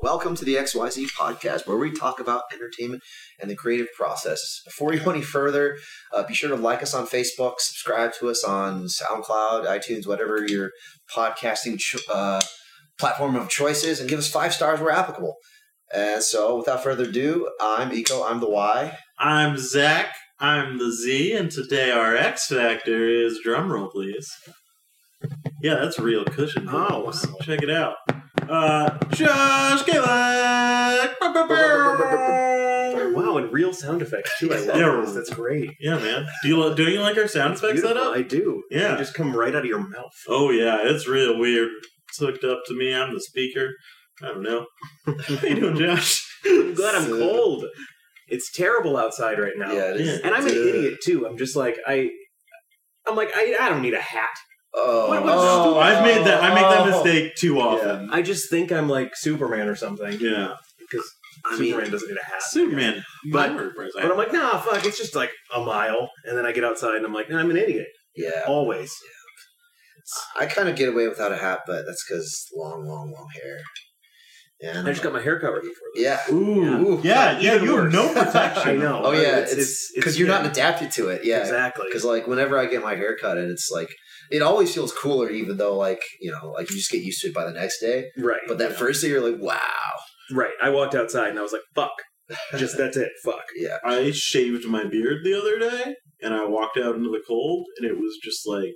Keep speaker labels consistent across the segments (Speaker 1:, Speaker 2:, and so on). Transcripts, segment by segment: Speaker 1: Welcome to the XYZ podcast, where we talk about entertainment and the creative process. Before you go any further, uh, be sure to like us on Facebook, subscribe to us on SoundCloud, iTunes, whatever your podcasting cho- uh, platform of choice is, and give us five stars where applicable. And so, without further ado, I'm Eco, I'm the Y.
Speaker 2: I'm Zach. I'm the Z, and today our X Factor is drumroll, please. Yeah, that's real cushion.
Speaker 3: Oh,
Speaker 2: voice. check it out. Uh, Josh Galick.
Speaker 3: Wow, and real sound effects too. I love
Speaker 2: Yeah.
Speaker 3: this. That's great.
Speaker 2: Yeah, man. Do you do you like our sound effects
Speaker 3: Beautiful.
Speaker 2: setup?
Speaker 3: I do.
Speaker 2: Yeah.
Speaker 3: They just come right out of your mouth.
Speaker 2: Oh yeah, it's real weird. It's hooked up to me. I'm the speaker. I don't know. How you doing, Josh?
Speaker 3: I'm glad I'm
Speaker 1: So-
Speaker 3: cold. It's terrible outside right now.
Speaker 1: Yeah, it is-
Speaker 3: And I'm an
Speaker 1: it's, uh,
Speaker 3: idiot too. I'm just like I. I'm like I, I don't need a hat.
Speaker 1: Oh,
Speaker 3: What- what's
Speaker 1: oh,
Speaker 3: stupid-
Speaker 2: I've made that. I make that
Speaker 1: oh.
Speaker 2: mistake too often.
Speaker 3: I just think I'm like Superman or something
Speaker 2: Yeah,
Speaker 3: because
Speaker 1: I mean-
Speaker 3: Superman doesn't need a hat.
Speaker 2: Superman.
Speaker 3: But-
Speaker 2: never wears that.
Speaker 3: But I'm like, nah, fuck. It's just like a mile, and then I get outside and I'm like, nah, I'm an idiot.
Speaker 1: Yeah.
Speaker 3: Always.
Speaker 1: I kind of get away without a hat, but that's because long, long, long hair. Yeah. I don't
Speaker 3: I just
Speaker 1: know.
Speaker 3: got my hair covered before. this.
Speaker 1: yeah.
Speaker 2: Ooh,
Speaker 1: Ooh.
Speaker 2: yeah, yeah,
Speaker 3: Even
Speaker 2: you have
Speaker 3: worse.
Speaker 2: no protection.
Speaker 3: I know.
Speaker 1: Oh yeah, it's
Speaker 3: It's- it's-
Speaker 1: because
Speaker 3: it's
Speaker 1: you're
Speaker 3: been-
Speaker 1: not adapted to it. Yeah.
Speaker 3: Exactly.
Speaker 1: Because like whenever I get my hair cut, and it's like it always feels cooler, even though like you know like you just get used to it by the next day.
Speaker 3: Right.
Speaker 1: But that
Speaker 3: Yeah.
Speaker 1: first day, you're like, wow.
Speaker 3: Right. I walked outside and I was like, fuck. Just that's it. Fuck.
Speaker 1: Yeah.
Speaker 2: I shaved my beard the other day, and I walked out into the cold, and it was just like,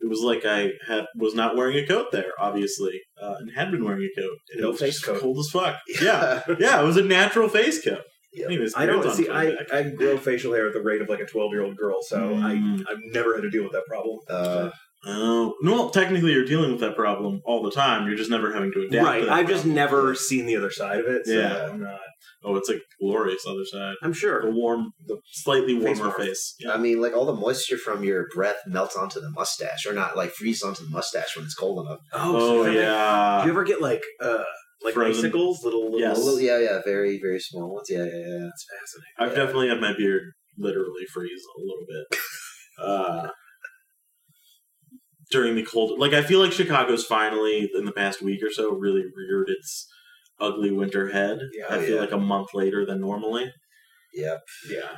Speaker 2: it was like I had was not wearing a coat there, obviously, uh, and had been wearing a coat. And
Speaker 3: No
Speaker 2: it was
Speaker 3: face
Speaker 2: just
Speaker 3: coat.
Speaker 2: cold as fuck. Yeah, yeah, it was a natural face coat.
Speaker 1: Yep.
Speaker 2: Anyways,
Speaker 3: I
Speaker 2: beard's
Speaker 3: don't
Speaker 2: on
Speaker 3: see. I,
Speaker 2: coming back.
Speaker 3: I grow facial hair at the rate of like a twelve year old girl, so
Speaker 2: Mm.
Speaker 3: I I've never had to deal with that problem.
Speaker 1: uh,
Speaker 2: oh no, well, technically you're dealing with that problem all the time. You're just never having to adapt. to
Speaker 3: right.
Speaker 2: that
Speaker 3: I've just
Speaker 2: problem.
Speaker 3: never seen the other side of it. So
Speaker 2: Yeah.
Speaker 3: I'm not.
Speaker 2: Oh, it's a glorious other side.
Speaker 3: I'm
Speaker 2: The
Speaker 3: sure.
Speaker 2: warm, the slightly
Speaker 3: Face
Speaker 2: warmer
Speaker 3: warmth.
Speaker 2: face. Yeah.
Speaker 1: I mean, like all the moisture from your breath melts onto the mustache, or not like freezes onto the mustache when it's cold enough.
Speaker 2: Oh,
Speaker 3: so-
Speaker 2: yeah.
Speaker 3: Do you ever get like uh like
Speaker 2: Frozen.
Speaker 3: icicles? Little little.
Speaker 2: Yes.
Speaker 1: A little, yeah, yeah, very, very small ones. Yeah, yeah, yeah.
Speaker 3: That's fascinating.
Speaker 2: I've definitely had my beard literally freeze a little bit. Uh, during the cold. Like, I feel like Chicago's finally, in the past week or so, really reared its ugly winter head.
Speaker 3: Oh, Yeah,
Speaker 2: I feel
Speaker 1: yeah.
Speaker 2: like a month later than normally.
Speaker 1: Yeah.
Speaker 3: Yeah.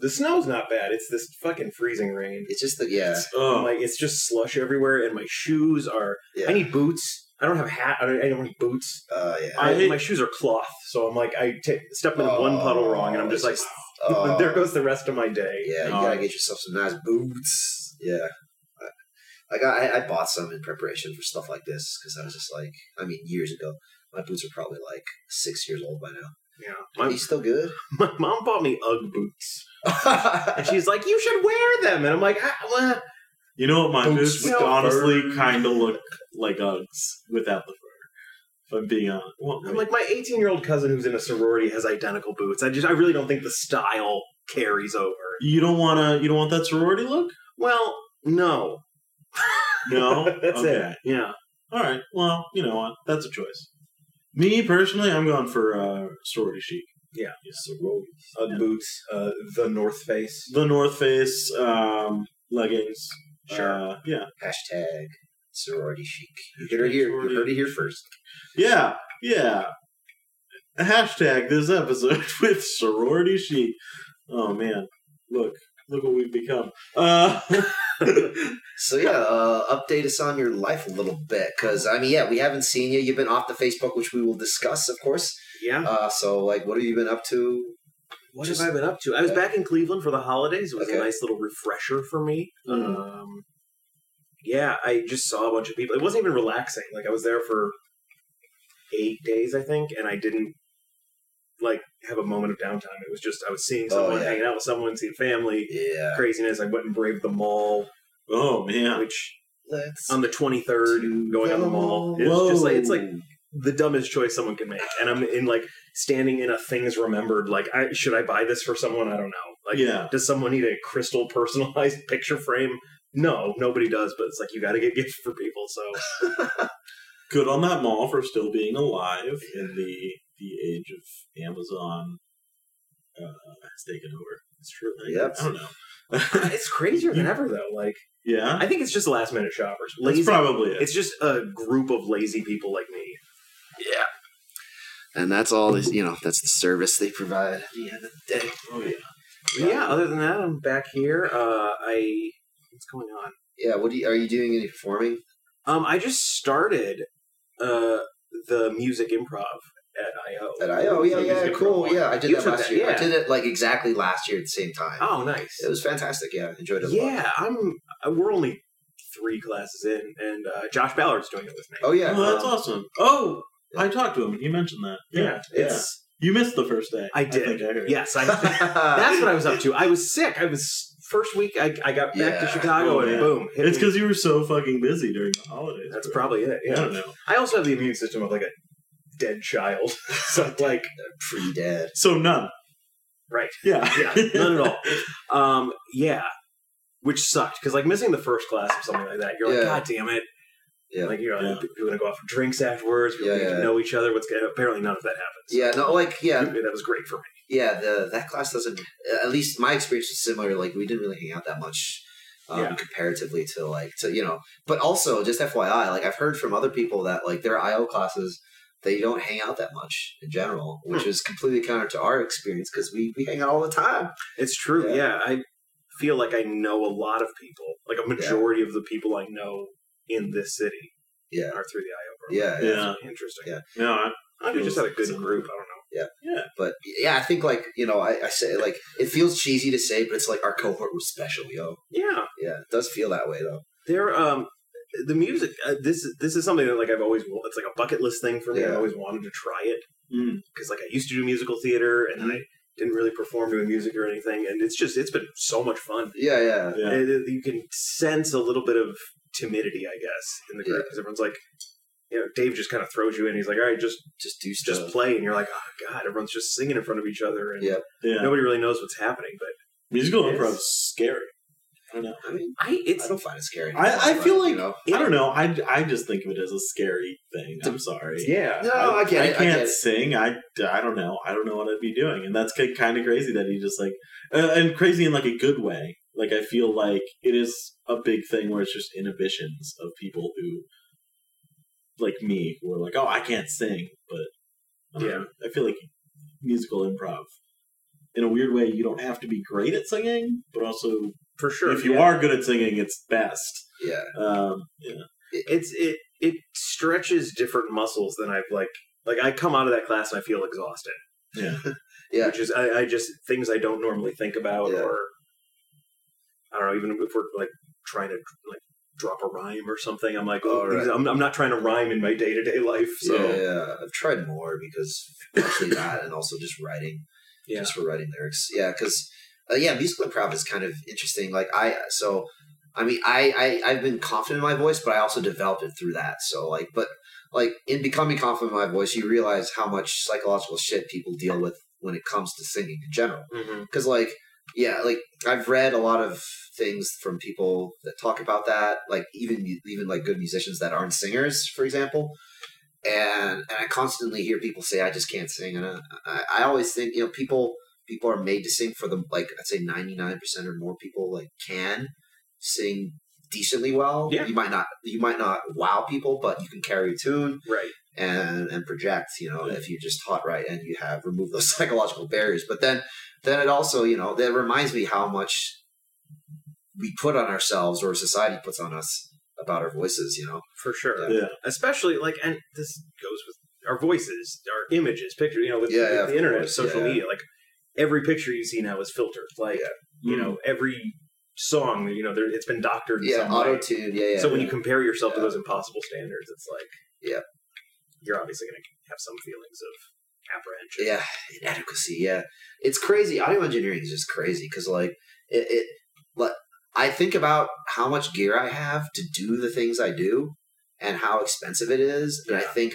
Speaker 3: The snow's not bad. It's this fucking freezing rain.
Speaker 1: It's just the yeah,
Speaker 2: Oh,
Speaker 3: I'm like it's just slush everywhere, and my shoes are.
Speaker 1: yeah.
Speaker 3: I need boots. I don't have a hat. I don't, I don't need boots.
Speaker 1: uh, yeah.
Speaker 2: I
Speaker 3: I,
Speaker 2: hate-
Speaker 3: my shoes are cloth, so I'm like I ta- step in one puddle wrong, and I'm just like,
Speaker 1: Oh,
Speaker 3: there goes the rest of my day.
Speaker 1: Yeah, you
Speaker 2: Oh.
Speaker 1: gotta get yourself some nice boots. Yeah, I- like I, I bought some in preparation for stuff like this because I was just like, I mean, years ago, my boots are probably like six years old by now.
Speaker 3: Yeah.
Speaker 1: Are
Speaker 3: My,
Speaker 1: you still good?
Speaker 3: my mom bought me UGG boots, and she's like, "You should wear them," and I'm like, ah, well,
Speaker 2: you know what? My boots
Speaker 3: Boots with
Speaker 2: honestly
Speaker 3: fur.
Speaker 2: kind of look like Uggs without the fur. If I'm being honest. Well,
Speaker 3: "I'm like my 18 year old cousin who's in a sorority has identical boots." I just, I really don't think the style carries over.
Speaker 2: you don't want to. You don't want that sorority look.
Speaker 3: Well, no,
Speaker 2: No,
Speaker 3: that's
Speaker 2: Okay.
Speaker 3: it. Yeah,
Speaker 2: All right. Well, you know what? That's a choice. Me personally, I'm going for uh, sorority chic.
Speaker 3: yeah.
Speaker 2: Yes.
Speaker 3: UGG boots, uh, the North Face.
Speaker 2: The North Face um, leggings.
Speaker 1: Sure.
Speaker 2: Uh, yeah.
Speaker 1: Hashtag sorority chic. You heard it here. You heard it here first.
Speaker 2: Yeah. Yeah. Hashtag this episode with sorority chic. Oh man, look, look what we've become. Uh,
Speaker 1: So yeah, uh, update us on your life a little bit because I mean, yeah, we haven't seen you. You've been off the Facebook, which we will discuss, of course.
Speaker 3: Yeah.
Speaker 1: Uh, so like, what have you been up to?
Speaker 3: What
Speaker 1: Just-
Speaker 3: have I been up to? I was
Speaker 1: Okay.
Speaker 3: back in Cleveland for the holidays. It was
Speaker 1: Okay.
Speaker 3: a nice little refresher for me.
Speaker 2: Mhm.
Speaker 3: Um, yeah, I just saw a bunch of people. It wasn't even relaxing. Like I was there for eight days, I think, and I didn't like have a moment of downtime. It was just I was seeing
Speaker 1: Oh,
Speaker 3: someone,
Speaker 1: yeah.
Speaker 3: hanging out with someone, seeing family.
Speaker 1: Yeah.
Speaker 3: Craziness. I went and braved the mall,
Speaker 2: oh man.
Speaker 3: which
Speaker 1: Let's
Speaker 3: on the twenty third, going on the mall. It's
Speaker 2: Whoa.
Speaker 3: just like it's like the dumbest choice someone can make. And I'm in like standing in a things remembered. Like, I, should I buy this for someone? I don't know. Like,
Speaker 2: yeah.
Speaker 3: does someone need a crystal personalized picture frame? No, nobody does. But it's like you got to get gifts for people. So
Speaker 2: Good on that mall for still being alive in the the age of Amazon uh, has taken over. It's true. I,
Speaker 1: Yep.
Speaker 2: I don't know.
Speaker 3: it's crazier than ever, though. Like,
Speaker 2: Yeah,
Speaker 3: I think it's just last minute shoppers.
Speaker 2: that's
Speaker 3: Lazy.
Speaker 2: probably it.
Speaker 3: It's just a group of lazy people like me.
Speaker 1: Yeah. And that's all this, you know, that's the service they provide at the end of the day.
Speaker 2: Oh yeah.
Speaker 3: But yeah, other than that, I'm back here. Uh, I what's going on?
Speaker 1: Yeah, what do you, are you doing any performing?
Speaker 3: Um, I just started uh the music improv at IO.
Speaker 1: At I oh yeah,
Speaker 3: The
Speaker 1: yeah,
Speaker 3: music
Speaker 1: cool.
Speaker 3: improv
Speaker 1: Yeah, I did
Speaker 3: You
Speaker 1: that
Speaker 3: took
Speaker 1: last
Speaker 3: that,
Speaker 1: year. I
Speaker 3: yeah.
Speaker 1: did it like exactly last year at the same time.
Speaker 3: Oh, nice.
Speaker 1: It was fantastic, yeah. I enjoyed it a lot.
Speaker 3: Yeah, I'm. uh, We're only three classes in, and uh, Josh Ballard's doing it with me.
Speaker 1: Oh yeah.
Speaker 2: Oh, that's
Speaker 1: um,
Speaker 2: awesome. Oh, I talked to him. and He mentioned that.
Speaker 3: yeah, it's
Speaker 2: You missed the first day.
Speaker 3: I did.
Speaker 2: think I heard.
Speaker 3: yes. I, that's what I was up to. I was sick. I was first week. I, I got back
Speaker 1: Yeah.
Speaker 3: to Chicago,
Speaker 2: Oh,
Speaker 3: and
Speaker 2: man.
Speaker 3: boom, hit
Speaker 2: It's
Speaker 3: me.
Speaker 2: because you were so fucking busy during the holidays.
Speaker 3: that's
Speaker 2: bro.
Speaker 3: probably it.
Speaker 2: I
Speaker 3: Yeah.
Speaker 2: don't know.
Speaker 3: I also have the immune system of like a dead child, so like
Speaker 1: pretty dead.
Speaker 2: So none.
Speaker 3: right.
Speaker 2: Yeah.
Speaker 3: yeah, none at all. Um, yeah, which sucked because like missing the first class or something like that, you're
Speaker 1: Yeah.
Speaker 3: like, god damn it!
Speaker 1: Yeah.
Speaker 3: Like you're
Speaker 2: Yeah.
Speaker 3: people gonna go out for drinks afterwards. People
Speaker 1: Yeah,
Speaker 3: get
Speaker 1: yeah.
Speaker 3: to know each other. What's gonna, apparently none of that happens.
Speaker 1: Yeah, no, like yeah,
Speaker 3: that was great for me.
Speaker 1: yeah. The that class doesn't. At least my experience was similar. Like we didn't really hang out that much. Um,
Speaker 3: Yeah.
Speaker 1: comparatively to like to you know but also just fyi like i've heard from other people that like their io classes they don't hang out that much in general which is completely counter to our experience because we, we hang out all the time
Speaker 3: It's true.
Speaker 1: Yeah.
Speaker 3: Yeah. I feel like I know a lot of people. Like a majority of the people I know in this city
Speaker 1: yeah
Speaker 3: are through the IO program.
Speaker 1: yeah,
Speaker 2: Yeah.
Speaker 3: That's really interesting.
Speaker 1: Yeah.
Speaker 2: No, I,
Speaker 3: I think we just had a good
Speaker 2: Some-
Speaker 3: group. I don't know.
Speaker 1: but yeah i think like you know I, I say like it feels cheesy to say but it's like our cohort was special yo
Speaker 3: Yeah,
Speaker 1: yeah it does feel that way though
Speaker 3: there. Um, the music. Uh, this is this is something that like I've always. wa- It's like a bucket list thing for me.
Speaker 1: Yeah.
Speaker 3: I always wanted to try it.
Speaker 2: mm,
Speaker 3: because like I used to do musical theater and
Speaker 1: Mm-hmm.
Speaker 3: then I didn't really perform doing music or anything, and it's just it's been so much fun.
Speaker 1: yeah yeah
Speaker 2: yeah.
Speaker 3: And Uh, it- you can sense a little bit of timidity, I guess, in the group because everyone's like, you know, Dave just kind of throws you in. He's like, all right, just
Speaker 1: just do stuff
Speaker 3: just play, and you're like, oh god, everyone's just singing in front of each other, and
Speaker 1: Yeah.
Speaker 2: yeah.
Speaker 3: nobody really knows what's happening. But
Speaker 2: Musical
Speaker 3: It's-
Speaker 2: improv's scary. I don't know.
Speaker 1: i mean
Speaker 3: I
Speaker 1: i
Speaker 3: it's
Speaker 1: don't find it scary
Speaker 2: I- I feel
Speaker 1: you
Speaker 2: like-
Speaker 1: know
Speaker 2: I don't know. I, I just think of it as a scary thing. I'm sorry.
Speaker 3: yeah.
Speaker 1: no i, get
Speaker 2: I
Speaker 1: it,
Speaker 2: can't
Speaker 1: I get it.
Speaker 2: sing. I, I don't know. I don't know what I'd be doing. And that's kind of crazy that he just like, uh, and crazy in like a good way. Like, I feel like it is a big thing where it's just inhibitions of people who, like me, who are like, oh, I can't sing. But I don't
Speaker 3: Yeah.
Speaker 2: know. I feel like musical improv, in a weird way, you don't have to be great at singing, but also
Speaker 3: for sure.
Speaker 2: if you
Speaker 3: yeah.
Speaker 2: are good at singing, it's best.
Speaker 1: yeah
Speaker 2: Um, yeah.
Speaker 3: it's it it stretches different muscles than I've like like I come out of that class and I feel exhausted.
Speaker 2: Yeah.
Speaker 1: Yeah.
Speaker 3: Which is I, I just things I don't normally think about
Speaker 1: Yeah.
Speaker 3: or I don't know, even if we're like trying to like drop a rhyme or something, I'm like, oh,
Speaker 1: Oh, right.
Speaker 3: these- I'm, I'm not trying to rhyme in my day to day life. So
Speaker 1: yeah, yeah. I've tried more because actually that, and also just writing,
Speaker 3: Yeah.
Speaker 1: just for writing lyrics. Yeah, because uh, yeah, musical improv is kind of interesting. Like I, so I mean, I, I I've been confident in my voice, but I also developed it through that. So like, but like in becoming confident in my voice, you realize how much psychological shit people deal with when it comes to singing in general
Speaker 3: Mhm.
Speaker 1: because um, like yeah like i've read a lot of things from people that talk about that like even even like good musicians that aren't singers for example and and i constantly hear people say i just can't sing and i, I, I always think you know people people are made to sing for them like i'd say 99% or more people like can sing decently well
Speaker 3: Yeah.
Speaker 1: you might not you might not wow people but you can carry a tune
Speaker 3: right.
Speaker 1: and and project you know
Speaker 2: Yeah.
Speaker 1: if you just taught right and you have removed those psychological barriers but then then it also you know that reminds me how much we put on ourselves or society puts on us about our voices you know
Speaker 3: For sure.
Speaker 2: Yeah.
Speaker 3: Especially like and this goes with our voices, our images, pictures, you know, with,
Speaker 1: Yeah,
Speaker 3: with
Speaker 1: yeah, of
Speaker 3: the internet,
Speaker 1: course,
Speaker 3: social
Speaker 1: yeah.
Speaker 3: media, like every picture you see now is filtered. Like you know every song you know there, it's been doctored in
Speaker 1: yeah
Speaker 3: some
Speaker 1: auto
Speaker 3: way.
Speaker 1: tune yeah yeah
Speaker 3: so when you compare yourself to
Speaker 1: Yeah.
Speaker 3: those impossible standards it's like
Speaker 1: Yeah.
Speaker 3: you're obviously going to have some feelings of apprehension
Speaker 1: yeah inadequacy yeah it's crazy audio engineering is just crazy because like it, it like i think about how much gear i have to do the things i do and how expensive it is and i
Speaker 3: Yeah.
Speaker 1: think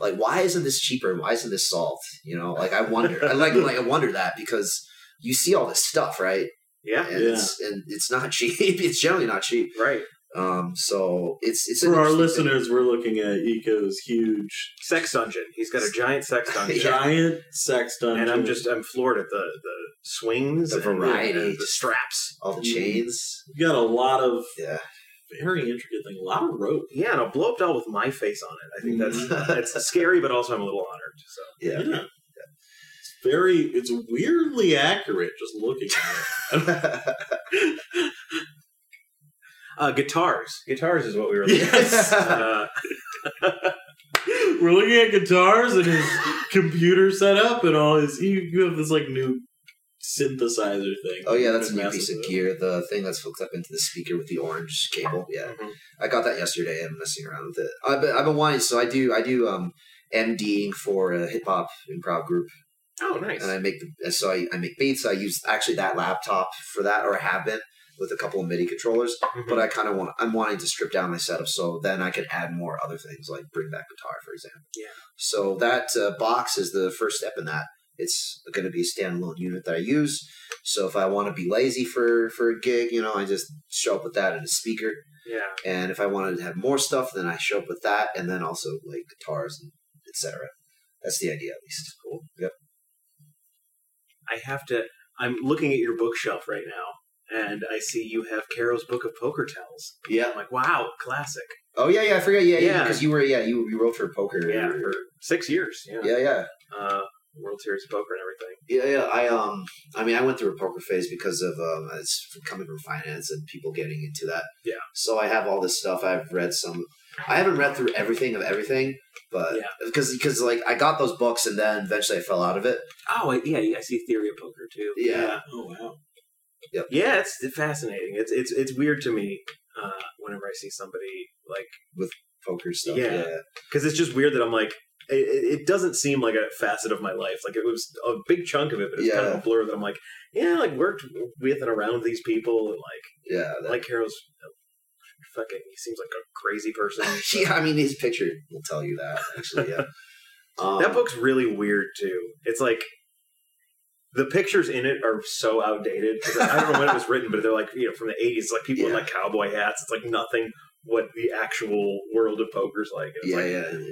Speaker 1: like why isn't this cheaper why isn't this solved you know like i wonder i like, like i wonder that because you see all this stuff right
Speaker 3: yeah,
Speaker 1: and it's and it's not cheap it's generally not cheap
Speaker 3: right
Speaker 1: um so it's it's an
Speaker 2: For our
Speaker 1: interesting thing.
Speaker 2: listeners, we're looking at Eco's huge
Speaker 3: sex dungeon he's got a giant sex dungeon
Speaker 2: giant sex dungeon.
Speaker 3: and i'm just i'm floored at the the swings
Speaker 1: The
Speaker 3: and the-
Speaker 1: variety.
Speaker 2: Mm-hmm.
Speaker 3: and the straps
Speaker 1: all the chains
Speaker 2: you got a lot of
Speaker 1: yeah
Speaker 2: very intricate thing. A lot of rope.
Speaker 3: Yeah, and a blow up doll with my face on it. I think that's
Speaker 1: Mm-hmm.
Speaker 2: Mm-hmm.
Speaker 3: that's scary, but also I'm a little honored. So
Speaker 2: Yeah.
Speaker 1: Yeah.
Speaker 2: It's very. It's weirdly accurate. Just looking at it.
Speaker 3: uh, guitars, guitars is what we were. looking at.
Speaker 2: Yes.
Speaker 3: Uh,
Speaker 2: We're looking at guitars and his computer setup and all his. You, you have this like new synthesizer thing.
Speaker 1: oh yeah, that's a
Speaker 2: You've been
Speaker 1: new
Speaker 2: messing
Speaker 1: piece of
Speaker 2: with.
Speaker 1: gear. The thing that's hooked up into the speaker with the orange cable. Yeah,
Speaker 3: Mhm.
Speaker 1: I got that yesterday. I'm messing around with it. I've been, I've been wanting. So I do I do um MDing for a hip hop improv group.
Speaker 3: Oh, nice.
Speaker 1: and I make the so I, I make beats. I use actually that laptop for that, or I have been with a couple of MIDI controllers.
Speaker 3: Mm-hmm.
Speaker 1: But I kind of want I'm wanting to strip down my setup so then I could add more other things like bring back guitar, for example.
Speaker 3: Yeah.
Speaker 1: So that uh, box is the first step in that. It's going to be a standalone unit that I use. So if I want to be lazy for for a gig, you know, I just show up with that and a speaker.
Speaker 3: yeah.
Speaker 1: And if I wanted to have more stuff, then I show up with that, and then also like guitars and etc. That's the idea, at least. Cool. Yep.
Speaker 3: I have to. I'm looking at your bookshelf right now, and I see you have Caro's Book of Poker Tells.
Speaker 1: Yeah.
Speaker 3: I'm like, wow, classic.
Speaker 1: Oh yeah, yeah, I forgot. Yeah, yeah,
Speaker 3: Yeah.
Speaker 1: because you were yeah, you you wrote for poker.
Speaker 3: Yeah, for six years. Yeah.
Speaker 1: yeah, yeah,
Speaker 3: Uh, World Series of Poker and everything.
Speaker 1: yeah, yeah. I um, I mean, I went through a poker phase because of um, it's from coming from finance and people getting into that.
Speaker 3: Yeah.
Speaker 1: So I have all this stuff. I've read some. I haven't read through everything of everything, but
Speaker 3: Yeah.
Speaker 1: because because like I got those books and then eventually I fell out of it.
Speaker 3: Oh, I, yeah, I see Theory of Poker too.
Speaker 1: Yeah.
Speaker 2: Oh wow.
Speaker 3: Yeah, it's fascinating. It's it's it's weird to me uh, whenever I see somebody like
Speaker 1: Poker stuff.
Speaker 3: Yeah.
Speaker 1: Yeah.
Speaker 3: because it's just weird that I'm like. it- It, it doesn't seem like a facet of my life. Like it was a big chunk of it, but it's kind of a
Speaker 1: Yeah.
Speaker 3: blur that I'm like, yeah, like worked with and around these people, and like
Speaker 1: Yeah. that-
Speaker 3: Mike Harrow's uh, fucking. He seems like a crazy person.
Speaker 1: yeah. I mean, his picture will tell you that actually. Yeah. um,
Speaker 3: That book's really weird too. It's like the pictures in it are so outdated. 'cause I don't know when it was written, but they're like you know from the eighties. Like people in
Speaker 1: Yeah.
Speaker 3: like cowboy hats. It's like nothing what the actual world of poker's like. It's
Speaker 1: Yeah,
Speaker 3: like,
Speaker 1: yeah.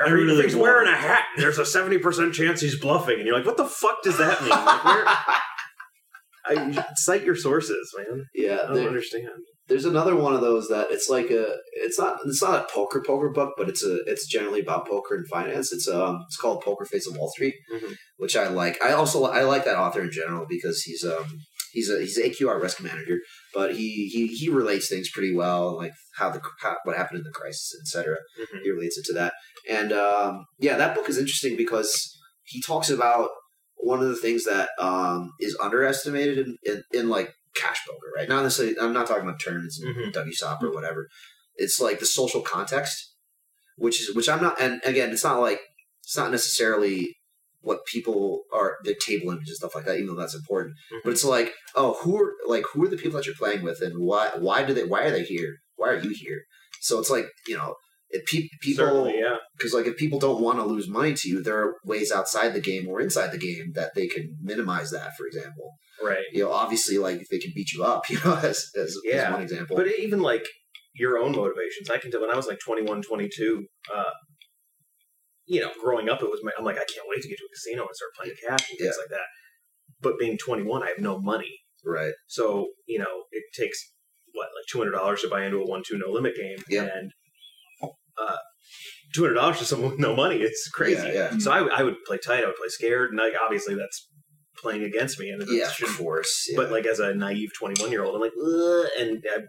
Speaker 2: I really
Speaker 3: Everybody's
Speaker 2: want-
Speaker 3: wearing a hat. And there's a seventy percent chance he's bluffing, and you're like, what the fuck does that mean? Like, where, I, you should cite your sources, man.
Speaker 1: yeah.
Speaker 3: I don't
Speaker 1: there-
Speaker 3: understand.
Speaker 1: There's another one of those that it's like a it's not it's not a poker poker book, but it's a it's generally about poker and finance. It's um it's called Poker Face of Wall Street,
Speaker 3: Mhm.
Speaker 1: which I like. I also I like that author in general because he's um he's a he's an AQR risk manager, but he he he relates things pretty well, like how the how, what happened in the crisis, etc
Speaker 2: Mm-hmm.
Speaker 3: Mhm.
Speaker 1: he relates it to that. And um, yeah, that book is interesting because he talks about one of the things that um, is underestimated in, in, in like cash poker, right? Not necessarily. I'm not talking about turns and
Speaker 2: Mm-hmm.
Speaker 3: Mhm.
Speaker 1: WSOP or whatever. It's like the social context, which is which I'm not. And again, it's not like it's not necessarily what people are their table image and stuff like that. Even though that's important,
Speaker 3: Mm-hmm.
Speaker 1: but it's like oh, who are like who are the people that you're playing with, and why why do they why are they here? Why are you here? So it's like you know. If pe- people,
Speaker 3: Certainly, yeah.
Speaker 1: because like if people don't want to lose money to you, there are ways outside the game or inside the game that they can minimize that. For example,
Speaker 3: Right.
Speaker 1: you know, obviously, like if they can beat you up, you know, as as,
Speaker 3: Yeah,
Speaker 1: as one example.
Speaker 3: But even like your own motivations, I can tell when I was like 21, 22, uh, you know, growing up, it was my, I'm like, I can't wait to get to a casino and start playing cash and things like that. But being 21, I have no money.
Speaker 1: right?
Speaker 3: So, you know, it takes what, like $200 to buy into a one, two, no limit game.
Speaker 1: Yeah.
Speaker 3: And, uh, $200 to someone with no money is crazy.
Speaker 1: Yeah, yeah.
Speaker 3: So I, I would play tight, I would play scared. And like, obviously that's playing against me and it
Speaker 1: yeah,
Speaker 3: shouldn't
Speaker 1: of course. Yeah.
Speaker 3: but like as a naive 21 year old i'm like Ugh, and I'm,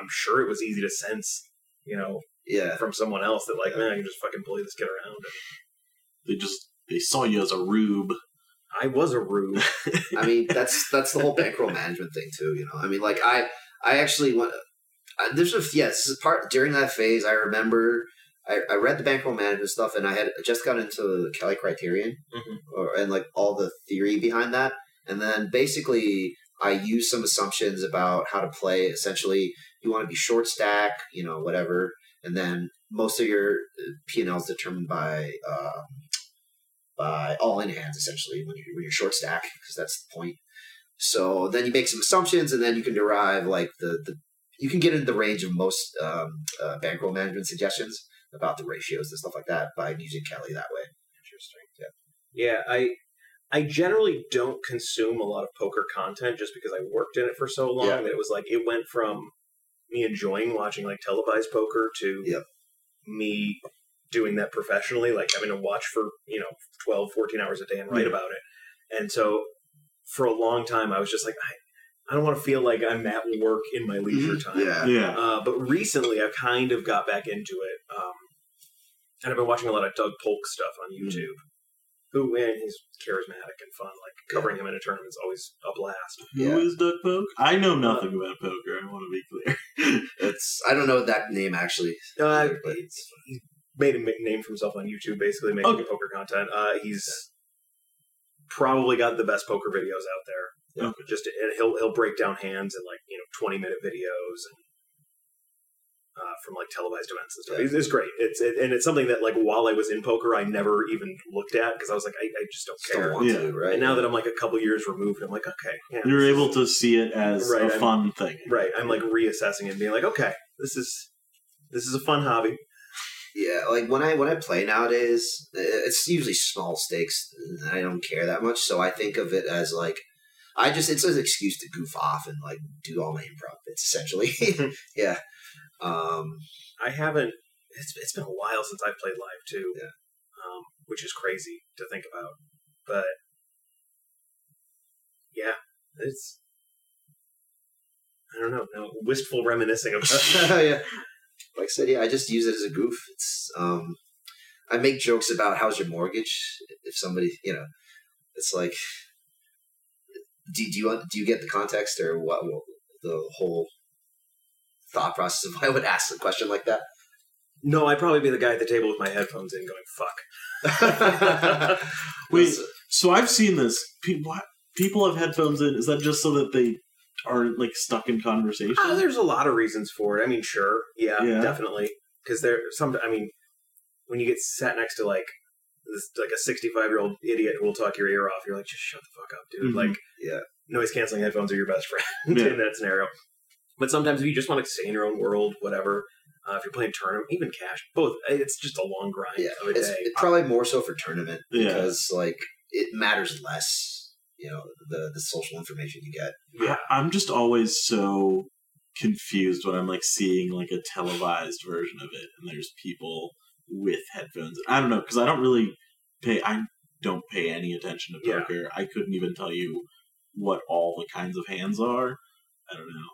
Speaker 3: I'm sure it was easy to sense you know
Speaker 1: yeah,
Speaker 3: from someone else that like man i can just fucking bully this kid around
Speaker 2: They just they saw you as a rube.
Speaker 3: i was a rube
Speaker 1: I mean that's that's the whole bankroll management thing too. You know, I mean, like I I actually went. I, there's a yes this is part during that phase. I remember I, I read the bankroll management stuff, and I had just got into the Kelly Criterion
Speaker 3: Mhm.
Speaker 1: or, and like all the theory behind that, and then basically I used some assumptions about how to play. Essentially, you want to be short stack, you know, whatever, and then most of your uh, P and L is determined by. Um, by all in hands essentially when you when you're short stack because that's the point. So then you make some assumptions and then you can derive like the, the you can get into the range of most um, uh, bankroll management suggestions about the ratios and stuff like that by using Kelly that way. Interesting. Yeah.
Speaker 3: yeah i i generally don't consume a lot of poker content just because i worked in it for so long
Speaker 1: Yeah.
Speaker 3: that it was like it went from me enjoying watching like televised poker to
Speaker 1: Yep.
Speaker 3: me doing that professionally, like having to watch for, you know, 12, 14 hours a day and write
Speaker 2: Yeah.
Speaker 3: about it. And so for a long time, I was just like, I, I don't want to feel like I'm at work in my leisure time.
Speaker 1: Mm-hmm. Yeah.
Speaker 2: Yeah.
Speaker 3: Uh, but recently, I've kind of got back into it, um, and I've been watching a lot of Doug Polk stuff on
Speaker 2: Mhm.
Speaker 3: YouTube. Who, and he's charismatic and fun. Like covering him in a tournament is always a blast.
Speaker 1: Yeah.
Speaker 2: Who is Doug Poke? I know nothing about poker. I want to be clear.
Speaker 1: It's I don't know that name actually.
Speaker 3: Uh,
Speaker 1: either, but
Speaker 3: he's made a ma- name for himself on YouTube, basically making
Speaker 2: Okay.
Speaker 3: poker content. Uh, he's probably got the best poker videos out there.
Speaker 2: Okay.
Speaker 3: Just and he'll he'll break down hands in like you know twenty minute videos and uh, from like televised events and stuff.
Speaker 1: Yeah.
Speaker 3: It's, it's great. It's it, and it's something that like while I was in poker, I never even looked at because I was like I, I just don't
Speaker 1: still
Speaker 3: care.
Speaker 1: want
Speaker 2: Yeah.
Speaker 1: to, right?
Speaker 3: and now that I'm like a couple years removed, I'm like okay, yeah,
Speaker 2: You're able to see it as
Speaker 3: Right,
Speaker 2: a
Speaker 3: I'm-
Speaker 2: fun thing.
Speaker 3: right. I'm like reassessing and being like okay, this is this is a fun hobby.
Speaker 1: Yeah, like when I when I play nowadays, uh, it's usually small stakes. and I don't care that much, so I think of it as like I just it's an excuse to goof off and like do all my improv bits essentially. yeah. Um,
Speaker 3: I haven't. It's it's been a while since I've played live too,
Speaker 1: Yeah.
Speaker 3: um, which is crazy to think about. But yeah, it's I don't know. No, wistful reminiscing of
Speaker 1: yeah. Like I said, yeah, I just use it as a goof. It's um, I make jokes about how's your mortgage if somebody you know, it's like, do, do you want do you get the context or what, what the whole thought process of why I would ask a question like that?
Speaker 3: no. I'd probably be the guy at the table with my headphones in, going "fuck."
Speaker 2: Wait, so I've seen this. People, people have headphones in. Is that just so that they aren't like stuck in conversation?
Speaker 3: Ah, there's a lot of reasons for it. I mean, sure, yeah,
Speaker 2: Yeah.
Speaker 3: definitely. Because there, some. I mean, when you get sat next to like this, like a 65 year old idiot who will talk your ear off, you're like, just shut the fuck up, dude.
Speaker 2: Mhm.
Speaker 3: Like,
Speaker 1: Yeah.
Speaker 3: noise canceling headphones are your best friend
Speaker 2: Yeah.
Speaker 3: in that scenario. But sometimes if you just want to stay in your own world, whatever. Uh, if you're playing tournament, even cash, both. uh, It's just a long grind
Speaker 1: yeah,
Speaker 3: of a
Speaker 1: it's
Speaker 3: day.
Speaker 1: it's probably more so for tournament
Speaker 2: Yeah.
Speaker 1: because like it matters less. You know the the social information you get.
Speaker 3: yeah.
Speaker 2: I- I'm just always so confused when I'm like seeing like a televised version of it, and there's people with headphones. I don't know because I don't really pay. I don't pay any attention to
Speaker 3: Yeah.
Speaker 2: poker. I couldn't even tell you what all the kinds of hands are. I don't know.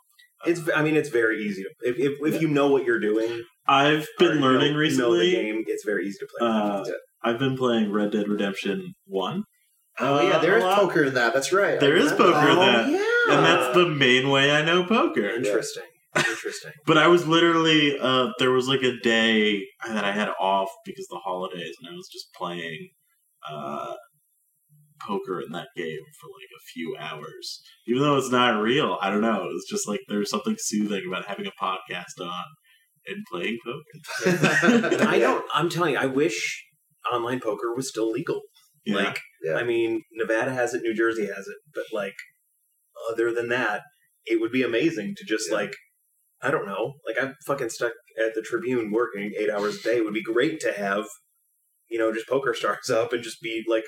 Speaker 3: It's. I mean, it's very easy. To, if if, if
Speaker 2: Yeah.
Speaker 3: you know what you're doing,
Speaker 2: I've
Speaker 3: or
Speaker 2: been
Speaker 3: you know-
Speaker 2: learning
Speaker 3: know the
Speaker 2: recently.
Speaker 3: game, it's very easy to play.
Speaker 2: Uh, I've been playing Red Dead Redemption One.
Speaker 1: Oh yeah,
Speaker 2: Uh,
Speaker 1: there
Speaker 2: a
Speaker 1: is
Speaker 2: lot.
Speaker 1: poker in that. That's right.
Speaker 2: There
Speaker 1: I
Speaker 2: is
Speaker 1: remember
Speaker 2: poker in
Speaker 1: that.
Speaker 2: that.
Speaker 1: Oh, yeah.
Speaker 2: and that's the main way I know poker.
Speaker 3: Interesting. Interesting.
Speaker 2: But I was literally uh, there was like a day that I had off because of the holidays, and I was just playing uh, poker in that game for like a few hours. Even though it's not real, I don't know. It was just like there was something soothing about having a podcast on and playing poker.
Speaker 3: I don't. I'm telling you, I wish online poker was still legal.
Speaker 2: Yeah.
Speaker 3: Like,
Speaker 1: Yeah.
Speaker 3: I mean, Nevada has it, New Jersey has it, but like, other than that, it would be amazing to just
Speaker 1: Yeah.
Speaker 3: like, I don't know, like I'm fucking stuck at the Tribune working eight hours a day. It would be great to have, you know, just poker stars up and just be like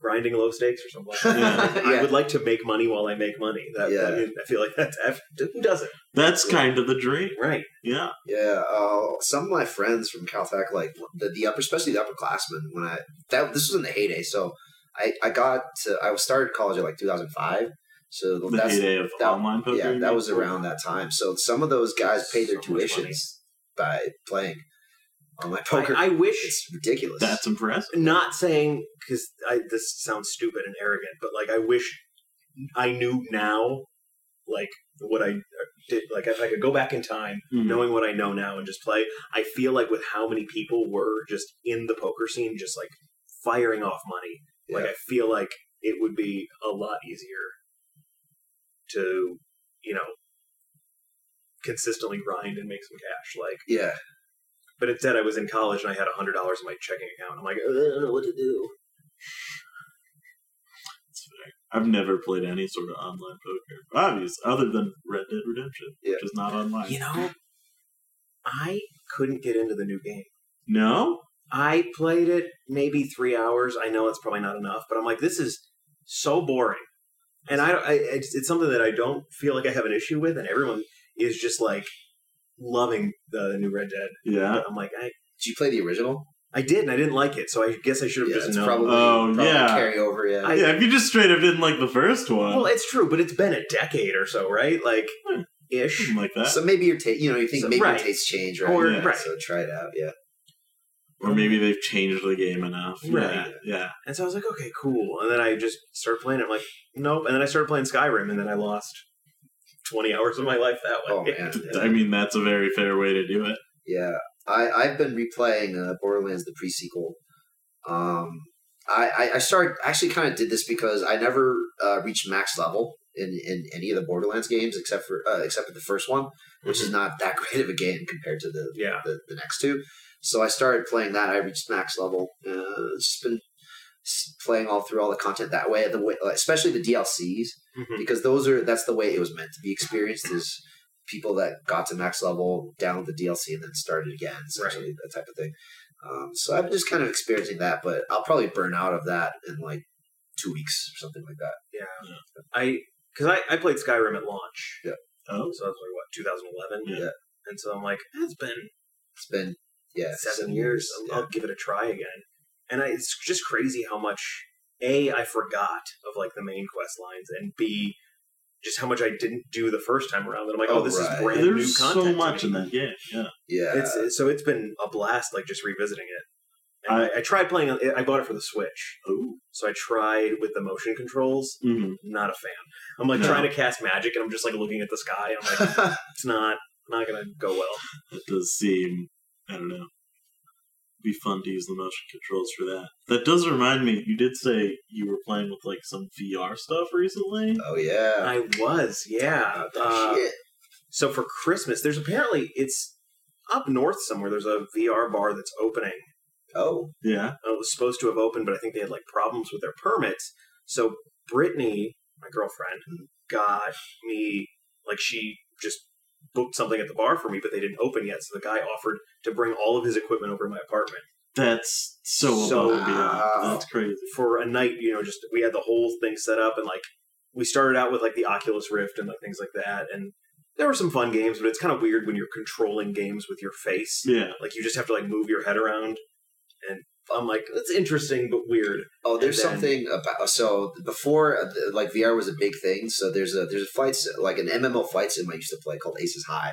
Speaker 3: grinding low stakes or something. Like that.
Speaker 1: Yeah.
Speaker 3: I would like to make money while I make money. That,
Speaker 1: Yeah.
Speaker 3: I, mean, I feel like that's who doesn't,
Speaker 2: that's
Speaker 1: Yeah.
Speaker 2: kind of the dream.
Speaker 3: right?
Speaker 2: Yeah,
Speaker 1: Yeah, uh, some of my friends from Caltech, like the, the upper, especially the upperclassmen, when I that this was in the heyday. So I I got to I started college at like 2005. So
Speaker 2: the
Speaker 1: that's
Speaker 2: heyday of
Speaker 1: that-
Speaker 2: online poker.
Speaker 1: yeah,
Speaker 2: you
Speaker 1: that
Speaker 2: mean?
Speaker 1: was around that time. So some of those guys paid their
Speaker 3: So much money.
Speaker 1: tuitions by playing online poker.
Speaker 3: I, I wish
Speaker 1: it's ridiculous.
Speaker 2: That's impressive.
Speaker 3: not saying because this sounds stupid and arrogant, but like I wish I knew now, like what I uh, did. Like if I could go back in time,
Speaker 2: Mm.
Speaker 3: knowing what I know now, and just play, I feel like with how many people were just in the poker scene, just like firing off money. Like
Speaker 1: Yeah.
Speaker 3: I feel like it would be a lot easier to, you know, consistently grind and make some cash. Like,
Speaker 1: yeah,
Speaker 3: but instead, I was in college and I had hundred dollars in my checking account. I'm like, I don't know what to do.
Speaker 2: That's fair. I've never played any sort of online poker, obvious, other than Red Dead Redemption,
Speaker 1: Yeah.
Speaker 2: which is not online.
Speaker 3: You know, I couldn't get into the new game.
Speaker 2: No,
Speaker 3: I played it maybe three hours. I know it's probably not enough, but I'm like, this is so boring. And I, I it's, it's something that I don't feel like I have an issue with, and everyone is just like loving the new Red Dead.
Speaker 2: Yeah.
Speaker 3: But I'm like, I,
Speaker 1: Did you play the original?
Speaker 3: I did, and I didn't like it, so I guess I should have
Speaker 1: Yeah,
Speaker 3: just
Speaker 1: it's
Speaker 3: known.
Speaker 1: probably,
Speaker 2: Oh,
Speaker 1: probably
Speaker 2: yeah.
Speaker 1: carry over. Yeah,
Speaker 3: I-
Speaker 2: yeah, if you just straight up didn't like the first one,
Speaker 3: well, it's true, but it's been a decade or so, right? Like,
Speaker 2: Hmm.
Speaker 3: ish.
Speaker 2: something like that.
Speaker 1: so maybe your taste, you know, you think
Speaker 3: So-
Speaker 1: maybe
Speaker 3: right.
Speaker 1: your tastes change, right?
Speaker 3: Or
Speaker 2: Yeah.
Speaker 3: right.
Speaker 1: So try it out. Yeah,
Speaker 2: or maybe they've changed the game enough.
Speaker 3: Right.
Speaker 2: Yeah. yeah.
Speaker 3: And so I was like, okay, cool. And then I just started playing. It. I'm like, nope. And then I started playing Skyrim, and then I lost 20 hours of my life that
Speaker 1: Oh
Speaker 3: way.
Speaker 1: man. Yeah.
Speaker 2: I mean, that's a very fair way to do it.
Speaker 1: Yeah, I I've been replaying uh, Borderlands the prequel. Um, I I, I started actually kind of did this because I never uh, reached max level in in any of the Borderlands games except for uh, except for the first one, which is not that great of a game compared to the
Speaker 3: Mm-hmm. yeah.
Speaker 1: the, the next two. So I started playing that. I reached max level. Uh, just been s- playing all through all the content that way. The way, especially the DLCs
Speaker 3: Mhm.
Speaker 1: because those are that's the way it was meant to be experienced is people that got to max level download the dlc and then started again essentially that type of thing um, so i'm just kind of experiencing that but i'll probably burn out of that in like two weeks or something like that
Speaker 3: I because I, I played Skyrim at launch.
Speaker 1: Yeah.
Speaker 3: Um,
Speaker 2: Oh.
Speaker 3: So that was like what 2011.
Speaker 1: Yeah.
Speaker 3: And so I'm like, eh, it's been
Speaker 1: it's been yeah
Speaker 3: seven years.
Speaker 1: yeah.
Speaker 3: I'll, I'll give it a try again. And I, it's just crazy how much a I forgot of like the main quest lines, and b just how much I didn't do the first time around. That I'm like, oh,
Speaker 1: Oh,
Speaker 3: this
Speaker 1: right.
Speaker 3: is brand new
Speaker 2: There's
Speaker 3: content.
Speaker 2: so
Speaker 3: to
Speaker 2: much
Speaker 3: me.
Speaker 2: in that game. Yeah.
Speaker 1: yeah
Speaker 3: It's so it's been a blast, like just revisiting it. And I, I tried playing. it- I bought it for the Switch,
Speaker 2: Ooh.
Speaker 3: so I tried with the motion controls.
Speaker 2: hmm
Speaker 3: Not a fan. I'm like
Speaker 2: No.
Speaker 3: trying to cast magic, and I'm just like looking at the sky. and I'm like, it's not not gonna go well.
Speaker 2: That does seem, I don't know, be fun to use the motion controls for that. That does remind me, you did say you were playing with like some VR stuff recently.
Speaker 1: oh yeah Oh,
Speaker 3: I was, yeah. Uh,
Speaker 1: Shit.
Speaker 3: so for Christmas, there's apparently it's up north somewhere. There's a VR bar that's opening.
Speaker 1: oh
Speaker 2: Yeah.
Speaker 3: Uh, It was supposed to have opened, but I think they had like problems with their permits. So Brittany, my girlfriend, got me like she just booked something at the bar for me, but they didn't open yet. So the guy offered to bring all of his equipment over to my apartment
Speaker 2: That's so,
Speaker 3: So-
Speaker 2: above and beyond.
Speaker 1: Wow.
Speaker 2: That's crazy.
Speaker 3: for a night. You know, just we had the whole thing set up and like we started out with like the Oculus Rift and like things like that, and there were some fun games, but it's kind of weird when you're controlling games with your face.
Speaker 2: Yeah.
Speaker 3: Like you just have to like move your head around, and I'm like, that's interesting but weird.
Speaker 1: Oh, there's
Speaker 3: And then-
Speaker 1: something about so before uh, th- like VR was a big thing. So there's a there's a fights like an MMO fight sim I used to play called Aces High,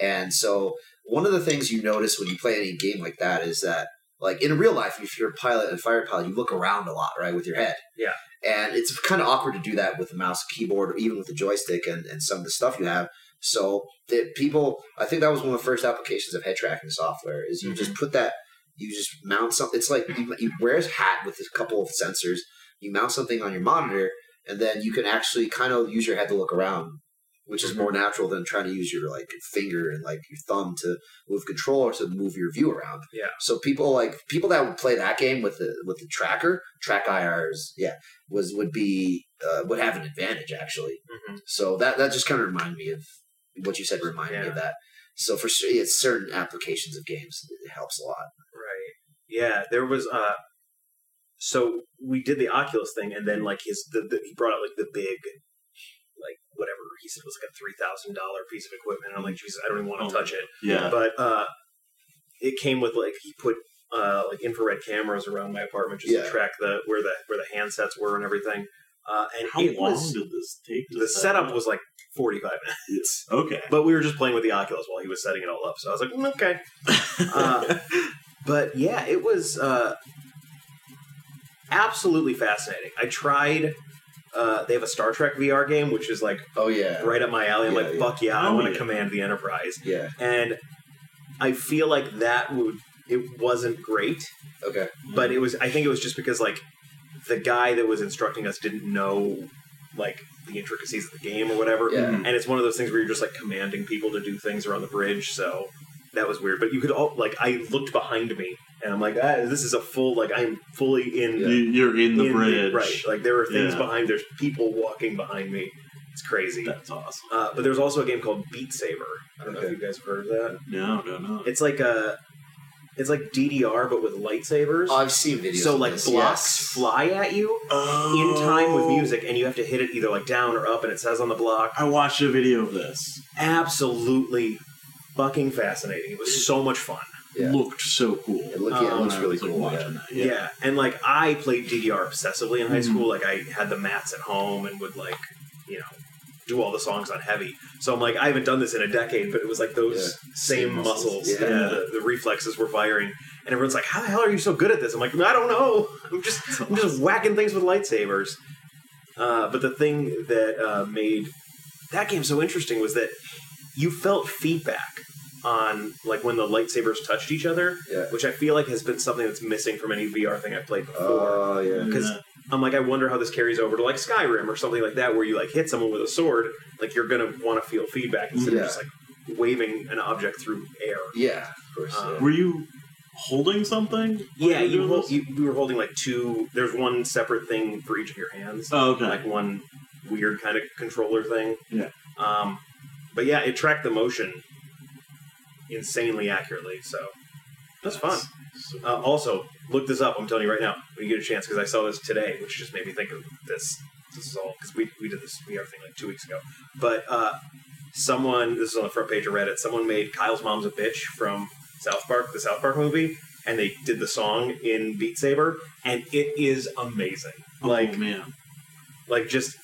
Speaker 1: and so one of the things you notice when you play any game like that is that like in real life, if you're a pilot and fire pilot, you look around a lot, right, with your head.
Speaker 3: Yeah.
Speaker 1: and it's kind of awkward to do that with a mouse, keyboard, or even with a joystick and and some of the stuff you have. So the people, I think that was one of the first applications of head tracking software is you just put that you just mount something. It's like you, you wear his hat with a couple of sensors. You mount something on your monitor, and then you can actually kind of use your head to look around, which is
Speaker 3: Mm-hmm.
Speaker 1: more natural than trying to use your like finger and like your thumb to move control or to move your view around.
Speaker 3: Yeah.
Speaker 1: So people like people that would play that game with the with the tracker track IRs, yeah, was would be uh, would have an advantage actually. So that that just kind of reminded me of what you said. Reminded me of that. So for cer- it's certain applications of games, it helps a lot.
Speaker 3: Right. Yeah, there was uh so we did the Oculus thing and then like his the, the he brought out like the big like whatever he said was like a three thousand dollar piece of equipment and I'm like, Jesus, I don't even want
Speaker 2: Oh.
Speaker 3: to touch it.
Speaker 2: Yeah.
Speaker 3: But uh it came with like he put uh like infrared cameras around my apartment just
Speaker 1: Yeah.
Speaker 3: to track the where the where the handsets were and everything. Uh and
Speaker 2: How
Speaker 3: it
Speaker 2: long uh,
Speaker 3: was
Speaker 2: did this take? to
Speaker 3: the
Speaker 2: set
Speaker 3: setup
Speaker 2: up?
Speaker 3: was like forty five minutes.
Speaker 2: okay.
Speaker 3: But we were just playing with the Oculus while he was setting it all up. So I was like, "Mm, okay. Uh, but yeah, it was uh, absolutely fascinating. I tried. Uh, they have a Star Trek VR game, which is like
Speaker 1: Oh yeah,
Speaker 3: right up my alley. I'm
Speaker 1: Yeah,
Speaker 3: like,
Speaker 1: yeah.
Speaker 3: fuck yeah, I
Speaker 2: Oh,
Speaker 3: want to
Speaker 2: yeah.
Speaker 3: command the Enterprise,
Speaker 1: yeah,
Speaker 3: and I feel like that would. It wasn't great,
Speaker 1: okay,
Speaker 3: but it was. I think it was just because like the guy that was instructing us didn't know like the intricacies of the game or whatever.
Speaker 1: yeah.
Speaker 2: Mhm.
Speaker 3: And it's one of those things where you're just like commanding people to do things around the bridge, so that was weird. But you could all like I looked behind me and I'm like, ah, this is a full like I'm fully in
Speaker 1: Yeah.
Speaker 2: You, you're in the
Speaker 3: in
Speaker 2: bridge.
Speaker 3: right. Like there are things
Speaker 2: Yeah.
Speaker 3: behind there's people walking behind me. It's crazy.
Speaker 2: That's awesome.
Speaker 3: Uh, but there's also a game called Beat Saber. I don't know
Speaker 1: Okay.
Speaker 3: if you guys have heard of that.
Speaker 2: No, no, no.
Speaker 3: It's like a it's like DDR but with lightsabers.
Speaker 1: Oh, I've seen videos.
Speaker 3: so
Speaker 1: of
Speaker 3: like
Speaker 1: this,
Speaker 3: blocks
Speaker 1: yes.
Speaker 3: fly at you in time with
Speaker 2: Oh.
Speaker 3: music and you have to hit it either like down or up and it says on the block
Speaker 2: I watched a video of this.
Speaker 3: absolutely fucking fascinating. It was so much fun.
Speaker 1: Yeah.
Speaker 2: Looked so cool.
Speaker 1: It, look, yeah, it
Speaker 3: Um,
Speaker 1: looks
Speaker 2: I
Speaker 1: really
Speaker 2: was, like,
Speaker 1: cool. yeah.
Speaker 2: watching that.
Speaker 3: Yeah. And like I played DDR obsessively in high
Speaker 2: Mhm.
Speaker 3: school. Like I had the mats at home and would like, you know, do all the songs on heavy. So I'm like, I haven't done this in a decade, but it was like those
Speaker 2: Same
Speaker 3: same,
Speaker 2: muscles.
Speaker 3: muscles.
Speaker 1: Yeah.
Speaker 3: The, the reflexes were firing. And everyone's like, How the hell are you so good at this? I'm like, I don't know. I'm just I'm just whacking things with lightsabers. Uh, but the thing that uh, made that game so interesting was that you felt feedback on like when the lightsabers touched each other,
Speaker 1: Yeah.
Speaker 3: which I feel like has been something that's missing from any VR thing I've played before.
Speaker 1: Oh yeah.
Speaker 3: Because I'm like, I wonder how this carries over to like Skyrim or something like that, where you like hit someone with a sword, like you're gonna want to feel feedback instead
Speaker 1: Yeah.
Speaker 3: of just like waving an object through air.
Speaker 1: Yeah. Of course.
Speaker 3: Um,
Speaker 2: Were you holding something? when
Speaker 3: Yeah,
Speaker 2: were
Speaker 3: you,
Speaker 2: doing
Speaker 3: hold,
Speaker 2: this?
Speaker 3: you we were holding like two. There's one separate thing for each of your hands.
Speaker 2: Oh, okay.
Speaker 3: like one weird kind of controller thing.
Speaker 2: Yeah.
Speaker 3: Um, but yeah, it tracked the motion insanely accurately, so that's fun.
Speaker 2: So-
Speaker 3: Uh, also, look this up. I'm telling you right now when you get a chance because I saw this today, which just made me think of this. This is all because we we did this VR thing like two weeks ago. But uh, someone, this is on the front page of Reddit. Someone made Kyle's mom's a bitch from South Park, the South Park movie, and they did the song in Beat Saber, and it is amazing. Like
Speaker 2: oh, man.
Speaker 3: like just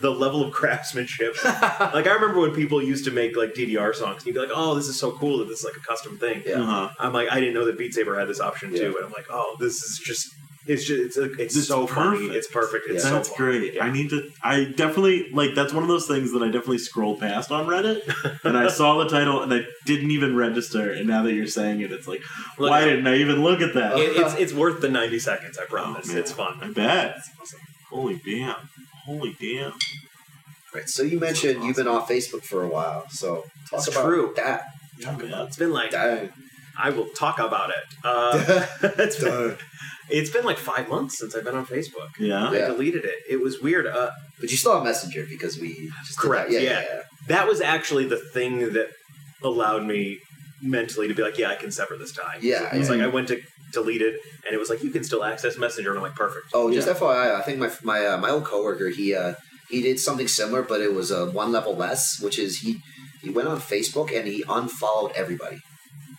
Speaker 3: the level of craftsmanship. like I remember when people used to make like DDR songs, and you'd be like, "Oh, this is so cool that this is like a custom thing."
Speaker 1: Yeah.
Speaker 2: Uh-huh.
Speaker 3: I'm like, I didn't know that Beat Saber had this option too, and I'm like, "Oh, this is just." It's just it's, uh, it's,
Speaker 2: It's
Speaker 3: so
Speaker 2: perfect.
Speaker 3: funny. It's perfect. It's
Speaker 2: That's
Speaker 3: so fun.
Speaker 2: great.
Speaker 3: Yeah.
Speaker 2: I need to. I definitely like. That's one of those things that I definitely scroll past on Reddit, and I saw the title and I didn't even register. And now that you're saying it, it's like,
Speaker 3: Look,
Speaker 2: why didn't I even look at that?
Speaker 3: it- it's it's worth the 90 seconds. I promise.
Speaker 2: man.
Speaker 3: it's fun.
Speaker 2: I bet. Holy damn! Holy damn!
Speaker 1: Right. So you mentioned you've been off Facebook for a while, so talk
Speaker 3: It's
Speaker 1: about
Speaker 3: true.
Speaker 1: that.
Speaker 2: Yeah, man.
Speaker 3: It's been like
Speaker 1: Dang.
Speaker 3: I will talk about it. Uh, it's been,
Speaker 1: Dang.
Speaker 3: it's been like five months since I've been on Facebook.
Speaker 2: Yeah.
Speaker 1: Yeah.
Speaker 3: I deleted it. It was weird. Uh,
Speaker 1: But you still have Messenger because we just did
Speaker 3: Correct,
Speaker 1: that.
Speaker 3: yeah. that was actually the thing that allowed me mentally to be like, yeah, I can sever this tie.
Speaker 1: Yeah,
Speaker 3: It's
Speaker 2: yeah.
Speaker 3: like I went to delete it, and it was like, you can still access Messenger, and I'm like, perfect.
Speaker 1: Oh, just FYI, I think my my uh, my old coworker he uh, he did something similar, but it was uh, one level less, which is he he went on Facebook and he unfollowed everybody,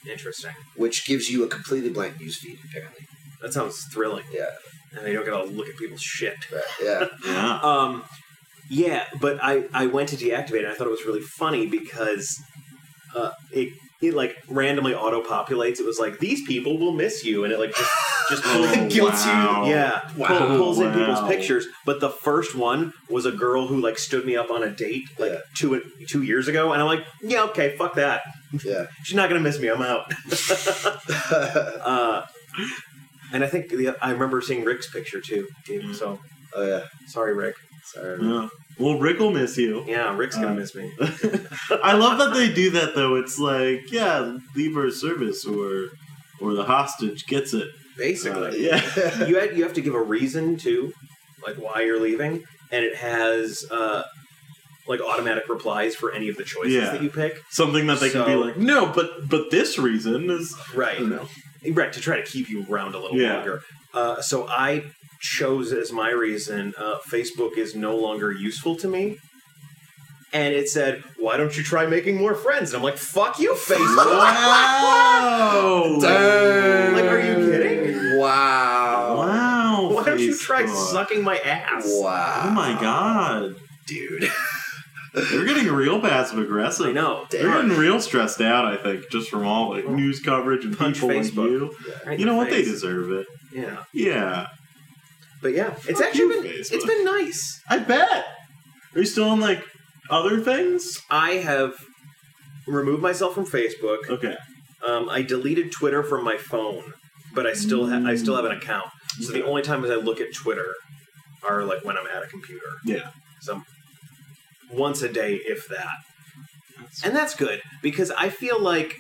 Speaker 3: Interesting.
Speaker 1: which gives you a completely blank news feed. Apparently,
Speaker 3: That sounds thrilling.
Speaker 1: yeah,
Speaker 3: And you don't get to look at people's shit.
Speaker 1: right, yeah,
Speaker 2: Yeah.
Speaker 3: Um, yeah, but I, I went to deactivate it. And I thought it was really funny because uh, it it like randomly auto populates. It was like these people will miss you, and it like just just pulls
Speaker 2: Oh,
Speaker 1: Guilty.
Speaker 2: wow.
Speaker 3: Yeah,
Speaker 2: Wow.
Speaker 3: pull- pulls in
Speaker 2: Wow.
Speaker 3: people's pictures. But the first one was a girl who like stood me up on a date like
Speaker 1: Yeah.
Speaker 3: two two years ago, and I'm like, yeah, okay, fuck that.
Speaker 1: yeah.
Speaker 3: She's not gonna miss me. I'm out. Uh, and I think the, I remember seeing Rick's picture too.
Speaker 2: Mm-hmm.
Speaker 3: dude, So
Speaker 1: oh yeah,
Speaker 3: sorry, Rick.
Speaker 1: sorry.
Speaker 2: Yeah. Well, Rick will miss you.
Speaker 3: Yeah, Rick's gonna
Speaker 2: Uh,
Speaker 3: miss me.
Speaker 2: I love that they do that though. It's like, yeah, leave her service or or the hostage gets it.
Speaker 3: Basically,
Speaker 2: Uh, yeah.
Speaker 3: you had, you have to give a reason to like why you're leaving, and it has uh, like automatic replies for any of the choices
Speaker 2: Yeah.
Speaker 3: that you pick.
Speaker 2: Something that they can be
Speaker 3: So-
Speaker 2: like, no, but but this reason is I
Speaker 3: Right.
Speaker 2: don't know.
Speaker 3: Right, to try to keep you around a little
Speaker 2: Yeah.
Speaker 3: longer. Uh, so I chose as my reason uh, Facebook is no longer useful to me. And it said, why don't you try making more friends? And I'm like, fuck you, Facebook.
Speaker 2: Wow!
Speaker 1: Dang.
Speaker 3: Like, are you kidding?
Speaker 1: Wow,
Speaker 2: Wow!
Speaker 3: why don't you try
Speaker 2: Facebook.
Speaker 3: sucking my ass?
Speaker 1: wow.
Speaker 2: Oh my god,
Speaker 1: dude.
Speaker 2: you're getting real passive aggressive.
Speaker 3: I know.
Speaker 1: Damn.
Speaker 2: You're getting real stressed out. I think just from all like news coverage and
Speaker 3: Punch
Speaker 2: people
Speaker 3: Facebook.
Speaker 2: like you.
Speaker 3: Right in
Speaker 2: You know
Speaker 3: the
Speaker 2: what? They
Speaker 3: face.
Speaker 2: deserve it.
Speaker 3: Yeah.
Speaker 2: Yeah,
Speaker 3: But yeah, it's
Speaker 2: Fuck
Speaker 3: actually
Speaker 2: you,
Speaker 3: been it's
Speaker 2: Facebook.
Speaker 3: been nice.
Speaker 2: I bet. Are you still on like other things?
Speaker 3: I have removed myself from Facebook.
Speaker 2: Okay.
Speaker 3: Um, I deleted Twitter from my phone, but I still ha- I still have an account. So the only times I look at Twitter are like when I'm at a computer.
Speaker 2: Yeah.
Speaker 3: So once a day, if that, and that's good because I feel like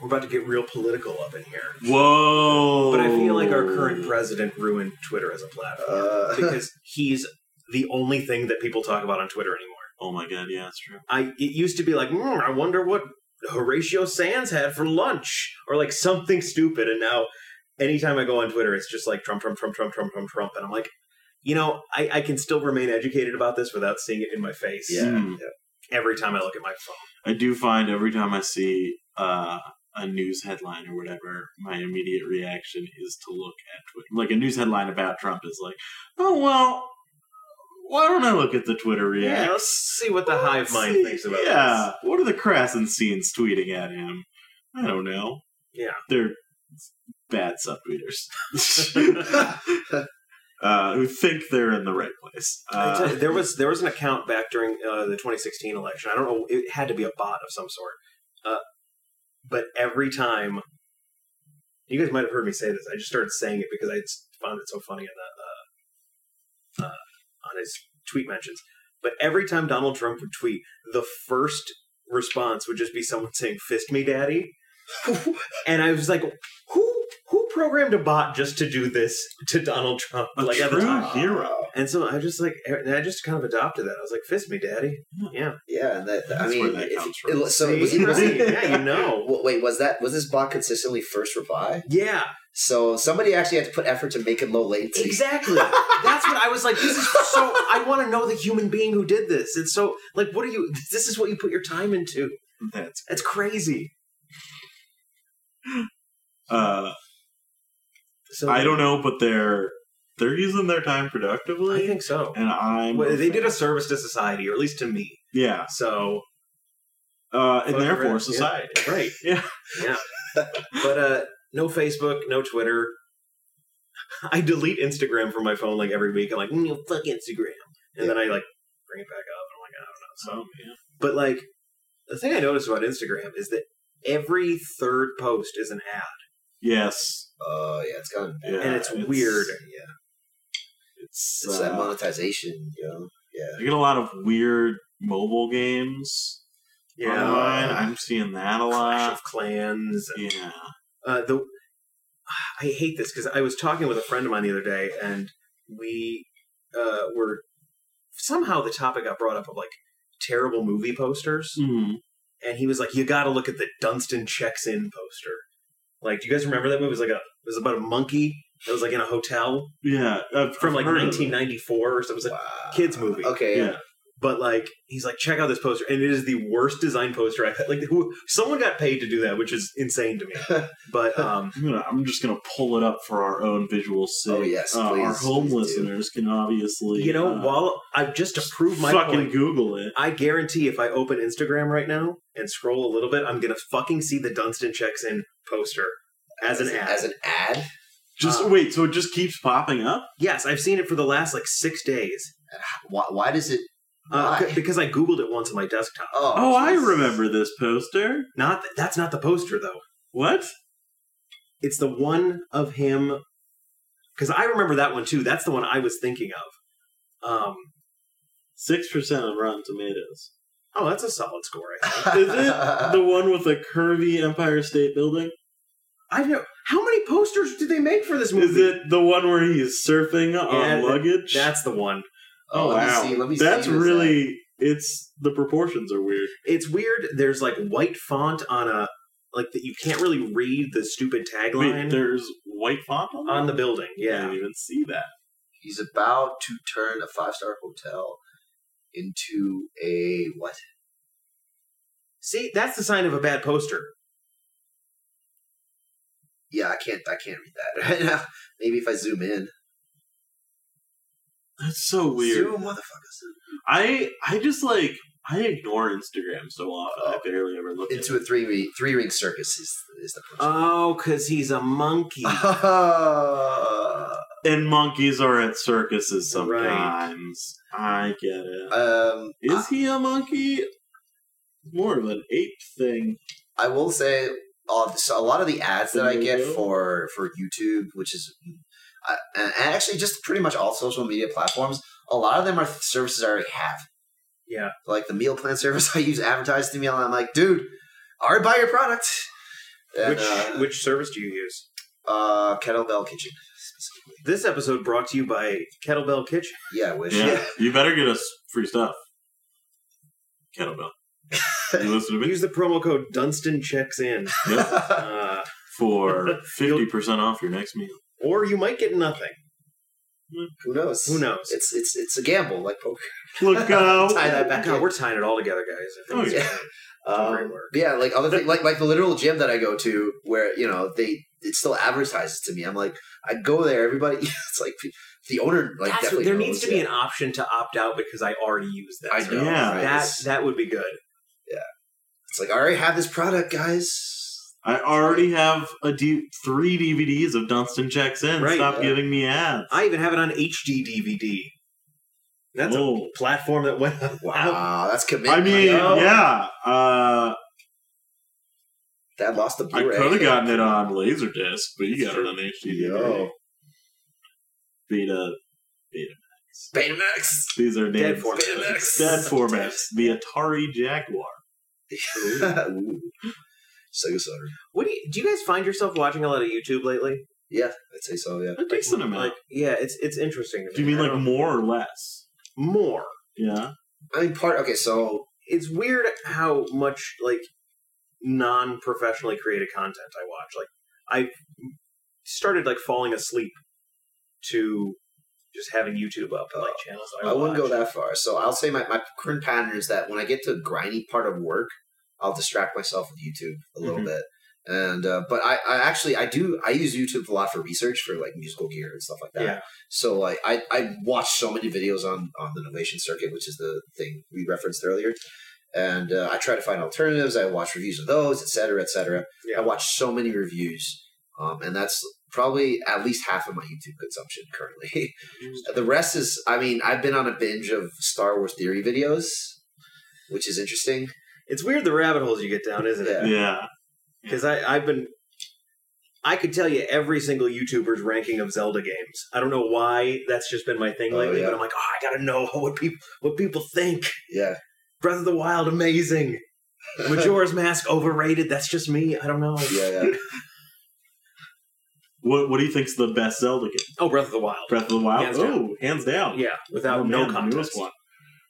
Speaker 3: we're about to get real political up in here.
Speaker 2: Whoa!
Speaker 3: But I feel like our
Speaker 2: Oh.
Speaker 3: current president ruined Twitter as a platform
Speaker 1: Uh,
Speaker 3: because he's the only thing that people talk about on Twitter anymore.
Speaker 2: Oh my god! Yeah, that's true.
Speaker 3: I it used to be like, mm, I wonder what Horatio Sands had for lunch, or like something stupid. And now, anytime I go on Twitter, it's just like Trump, Trump, Trump, Trump, Trump, Trump, Trump. And I'm like, you know, I, I can still remain educated about this without seeing it in my face
Speaker 1: Yeah.
Speaker 2: Hmm.
Speaker 3: every time I look at my phone.
Speaker 2: I do find every time I see uh, a news headline or whatever, my immediate reaction is to look at Twitter. Like a news headline about Trump is like, oh well, why don't I look at the Twitter
Speaker 3: Yeah,
Speaker 2: reaction?
Speaker 3: let's see what the hive
Speaker 2: Let's
Speaker 3: mind
Speaker 2: see-
Speaker 3: thinks about
Speaker 2: Yeah, what are the Krasensteins tweeting at him? I don't know.
Speaker 3: Yeah.
Speaker 2: they're bad subtweeters uh, who think they're in the right place.
Speaker 3: this.
Speaker 2: Uh,
Speaker 3: there was there was an account back during uh, the 2016 election. I don't know; it had to be a bot of some sort. Uh, but every time, you guys might have heard me say this. I just started saying it because I s- found it so funny on the, uh, uh, on his tweet mentions. But every time Donald Trump would tweet, the first response would just be someone saying "fist me, daddy," and I was like, "Who who programmed a bot just to do this to Donald Trump?"
Speaker 2: A
Speaker 3: like at the
Speaker 2: true
Speaker 3: time.
Speaker 2: hero.
Speaker 3: And so I just like, eh, and I just kind of adopted that. I was like, fist me, daddy. Yeah.
Speaker 1: Yeah, and that, I
Speaker 2: That's
Speaker 1: mean,
Speaker 2: where that
Speaker 1: if-
Speaker 2: comes from.
Speaker 1: it- so it was,
Speaker 3: See?
Speaker 1: was it-
Speaker 2: Right.
Speaker 3: yeah, you know.
Speaker 1: w- wait, was that was this bot consistently first reply?
Speaker 3: Yeah,
Speaker 1: So somebody actually had to put effort to make it low latency.
Speaker 3: exactly. That's what I was like. This is so, I want to know the human being who did this. It's so, like, what are you, this is what you put your time into.
Speaker 2: That's
Speaker 3: That's crazy.
Speaker 2: uh,
Speaker 3: So
Speaker 2: I don't know, but they're they're using their time productively,
Speaker 3: I think so.
Speaker 2: and I'm
Speaker 3: Well,
Speaker 2: a
Speaker 3: they
Speaker 2: fan.
Speaker 3: did a service to society, or at least to me.
Speaker 2: yeah,
Speaker 3: So,
Speaker 2: uh, and
Speaker 3: Fuck
Speaker 2: therefore
Speaker 3: right,
Speaker 2: society.
Speaker 3: right.
Speaker 2: Yeah.
Speaker 3: Yeah. But uh no Facebook, no Twitter. I delete Instagram from my phone like every week. I'm like, mm, fuck Instagram. And then I like bring it back up and I'm like, I don't know. So
Speaker 2: So yeah.
Speaker 3: but like the thing I noticed about Instagram is that every third post is an ad.
Speaker 2: yes,
Speaker 1: Oh yeah, it's kind of
Speaker 2: Yeah,
Speaker 3: and it's, weird.
Speaker 1: yeah,
Speaker 2: It's,
Speaker 1: it's
Speaker 2: uh,
Speaker 1: that monetization, you know. Yeah,
Speaker 2: I get a lot of weird mobile games online. I'm seeing that a
Speaker 3: uh, Clash
Speaker 2: lot.
Speaker 3: of Clans.
Speaker 2: Yeah,
Speaker 3: Uh, the I hate this because I was talking with a friend of mine the other day, and we uh, were somehow the topic got brought up of like terrible movie posters,
Speaker 2: Mhm.
Speaker 3: and he was like, "You got to look at the Dunstan checks in poster." Like, do you guys remember that movie? It was like a it was about a monkey that was like in a hotel
Speaker 2: yeah, I've-
Speaker 3: from
Speaker 2: I've
Speaker 3: like
Speaker 2: heard of it.
Speaker 3: 1994 or something. It was like
Speaker 1: Hmm. Wow.
Speaker 3: kids movie.
Speaker 1: Okay, yeah.
Speaker 2: Yeah.
Speaker 3: but like he's like check out this poster and it is the worst design poster i've had like who someone got paid to do that which is insane to me but um
Speaker 2: I'm, gonna, I'm just gonna pull it up for our own visual sake.
Speaker 1: Oh, yes,
Speaker 2: Uh, our
Speaker 1: please,
Speaker 2: home
Speaker 1: please do.
Speaker 2: listeners can obviously
Speaker 3: you know
Speaker 2: uh,
Speaker 3: while i just to prove my
Speaker 2: fucking
Speaker 3: point
Speaker 2: Google it.
Speaker 3: i guarantee if i open instagram right now and scroll a little bit i'm gonna fucking see the dunstan checks in poster as an ad
Speaker 1: As an ad?
Speaker 2: Just
Speaker 3: Uh,
Speaker 2: wait, so it just keeps popping up.
Speaker 3: yes i've seen it for the last like six days
Speaker 1: Why, why does it?
Speaker 3: uh,
Speaker 1: Why?
Speaker 3: c- because i googled it once on my desktop
Speaker 1: Oh,
Speaker 2: Oh, I
Speaker 1: Jesus.
Speaker 2: remember this poster.
Speaker 3: not th- that's not the poster though
Speaker 2: What?
Speaker 3: it's the one of him because i remember that one too that's the one i was thinking of um
Speaker 2: Six percent on Rotten Tomatoes.
Speaker 3: Oh, that's a solid score. I think.
Speaker 2: Is it the one with the curvy Empire State Building?
Speaker 3: I've never, how many posters did they make for this movie?
Speaker 2: Is it the one where he's surfing
Speaker 3: Yeah,
Speaker 2: on
Speaker 3: that-
Speaker 2: luggage?
Speaker 3: That's the one.
Speaker 1: Oh,
Speaker 2: oh
Speaker 1: let me
Speaker 2: wow,
Speaker 1: see- let me see
Speaker 2: that's
Speaker 1: this, uh,
Speaker 2: really. It's the proportions are weird.
Speaker 3: It's weird. There's like white font on a like that you can't really read the stupid
Speaker 2: Wait,
Speaker 3: tagline
Speaker 2: there's white font on,
Speaker 3: on the
Speaker 2: that?
Speaker 3: building.
Speaker 2: I
Speaker 3: Yeah,
Speaker 2: didn't even see that.
Speaker 1: He's about to turn a five star hotel into a what?
Speaker 3: see, that's the sign of a bad poster.
Speaker 1: Yeah, I can't. I can't read that right now. Maybe if I zoom in.
Speaker 2: That's so weird.
Speaker 1: Zoom, motherfuckers.
Speaker 2: I I just like I ignore Instagram so often. I barely ever look
Speaker 1: Into a three ring, three ring circus is is the. Person.
Speaker 3: Oh, because he's a monkey.
Speaker 2: at it. And monkeys are at circuses
Speaker 3: Right.
Speaker 2: sometimes. I get it.
Speaker 1: um,
Speaker 2: Is he a monkey? More of an ape thing.
Speaker 1: I will say uh, so a lot of the ads that I get
Speaker 2: Mhm.
Speaker 1: for for YouTube, which is uh, and and actually just pretty much all social media platforms, a lot of them are services I already have.
Speaker 3: Yeah.
Speaker 1: like the meal plan service I use advertised to me, and I'm like, dude, I already buy your product. And,
Speaker 3: which
Speaker 1: uh,
Speaker 3: which service do you use?
Speaker 1: uh, kettlebell kitchen.
Speaker 3: This episode brought to you by Kettlebell Kitchen.
Speaker 1: Yeah, I wish.
Speaker 2: Yeah. You better get us free stuff. Kettlebell. You listen to me?
Speaker 3: Use the promo code Dunstan checks in,
Speaker 2: Yep.
Speaker 3: uh,
Speaker 2: For 50% off your next meal.
Speaker 3: or you might get nothing.
Speaker 1: Who knows?
Speaker 3: Who knows?
Speaker 1: It's it's it's a gamble, like poker.
Speaker 4: Look, uh,
Speaker 1: Tie that back.
Speaker 3: God,
Speaker 1: in.
Speaker 3: we're tying it all together, guys. I think
Speaker 2: Oh,
Speaker 3: it's-
Speaker 1: Um,
Speaker 3: Great work.
Speaker 1: yeah, like other thing, like like the literal gym that I go to, where you know they it still advertises to me. I'm like, I go there, everybody. It's like the owner, like
Speaker 3: That's what-
Speaker 1: definitely
Speaker 3: there
Speaker 1: knows,
Speaker 3: needs to
Speaker 1: yeah.
Speaker 3: be an option to opt out because I already use that.
Speaker 1: I
Speaker 3: So
Speaker 1: know.
Speaker 2: Yeah.
Speaker 1: right?
Speaker 3: That
Speaker 1: It's,
Speaker 3: that would be good.
Speaker 1: it's like I already have this product, guys.
Speaker 2: I already have a D- three DVDs of Dunstan checks in.
Speaker 3: Right,
Speaker 2: Stop
Speaker 1: yeah.
Speaker 2: giving me ads.
Speaker 3: I even have it on HD DVD. That's
Speaker 2: Oh.
Speaker 3: a platform that went out.
Speaker 1: Wow, that's commitment.
Speaker 2: I mean,
Speaker 1: yo.
Speaker 2: yeah. Uh,
Speaker 1: that lost the
Speaker 2: I
Speaker 1: Blu-ray.
Speaker 2: could have gotten it on Laserdisc, but you got it on HD
Speaker 1: Yo,
Speaker 2: Beta.
Speaker 1: Betamax.
Speaker 2: These are
Speaker 3: Dead
Speaker 2: names.
Speaker 1: formats.
Speaker 2: Dead formats. The Atari Jaguar.
Speaker 1: Ooh. Sega Saturn.
Speaker 3: What do you, do you guys find yourself watching a lot of YouTube lately?
Speaker 1: Yeah, I'd say so. Yeah.
Speaker 2: A decent amount.
Speaker 3: Like, yeah, it's it's interesting. to
Speaker 2: Do you
Speaker 3: me.
Speaker 2: mean
Speaker 3: I
Speaker 2: like
Speaker 3: don't-
Speaker 2: more or less?
Speaker 3: more?
Speaker 2: Yeah.
Speaker 1: I mean, part. Okay, so
Speaker 3: It's weird how much like non-professionally created content I watch. Like I started like falling asleep to just having YouTube up
Speaker 2: Oh.
Speaker 3: and like channels. That I,
Speaker 1: I wouldn't
Speaker 3: watch.
Speaker 1: go that far. So I'll say my, my current pattern is that when I get to a grindy part of work, I'll distract myself with YouTube a little
Speaker 3: Mhm.
Speaker 1: bit. And uh, but I, I actually I do I use YouTube a lot for research for like musical gear and stuff like that.
Speaker 3: Yeah.
Speaker 1: So like I I watch so many videos on on the Novation Circuit, which is the thing we referenced earlier. And uh, I try to find alternatives. I watch reviews of those, et cetera, et cetera.
Speaker 3: Yeah.
Speaker 1: I watch so many reviews, um, and that's probably at least half of my YouTube consumption currently. The rest is, I mean, I've been on a binge of Star Wars theory videos, which is interesting.
Speaker 3: It's weird the rabbit holes you get down, isn't it?
Speaker 1: Yeah.
Speaker 2: Yeah.
Speaker 3: Because I I've been I could tell you every single YouTuber's ranking of Zelda games. I don't know why that's just been my thing
Speaker 1: Oh,
Speaker 3: lately,
Speaker 1: yeah.
Speaker 3: but I'm like, oh, I gotta know what people what people think.
Speaker 1: Yeah.
Speaker 3: Breath of the Wild, amazing. Majora's Mask, overrated. That's just me. I don't know.
Speaker 1: yeah, yeah.
Speaker 2: What What do you think's the best Zelda game?
Speaker 3: Oh, Breath of the Wild.
Speaker 2: Breath of the Wild.
Speaker 3: Hands
Speaker 2: Oh,
Speaker 3: down.
Speaker 2: hands down.
Speaker 3: yeah, without
Speaker 2: Oh,
Speaker 3: no
Speaker 2: man, the newest
Speaker 3: contest.
Speaker 2: one.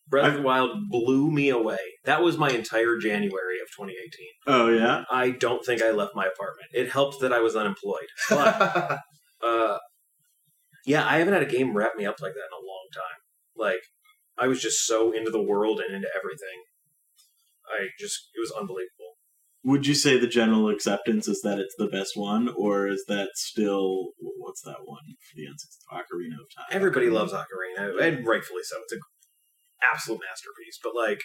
Speaker 3: Breath of
Speaker 2: I've-
Speaker 3: the Wild blew me away. That was my entire January of 2018.
Speaker 2: Oh yeah.
Speaker 3: I don't think I left my apartment. It helped that I was unemployed, but uh, yeah, I haven't had a game wrap me up like that in a long time. Like, I was just so into the world and into everything. I just, it was unbelievable.
Speaker 2: Would you say the general acceptance is that it's the best one, or is that still what's that one for the N64? Ocarina of Time?
Speaker 3: Everybody
Speaker 2: Ocarina.
Speaker 3: loves Ocarina, and rightfully so. It's an absolute masterpiece. But like,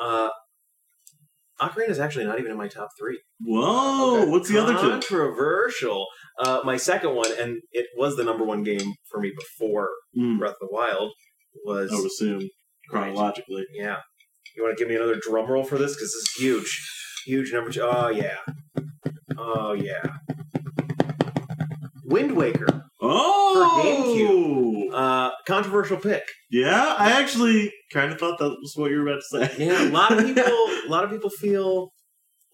Speaker 3: uh, Ocarina is actually not even in my top three.
Speaker 2: Whoa!
Speaker 1: Okay.
Speaker 2: What's the other two?
Speaker 3: Controversial. Uh, my second one, and it was the number one game for me before
Speaker 2: Mm,
Speaker 3: Breath of the Wild, was
Speaker 2: I would assume chronologically.
Speaker 3: Yeah. You want to give me another drum roll for this? Because this is huge. Huge number two. Oh, yeah. Oh, yeah. Wind Waker.
Speaker 2: Oh,
Speaker 3: Uh, controversial pick.
Speaker 2: Yeah, I actually kind of thought that was what you were about to say.
Speaker 3: Yeah, a lot of people, a lot of people feel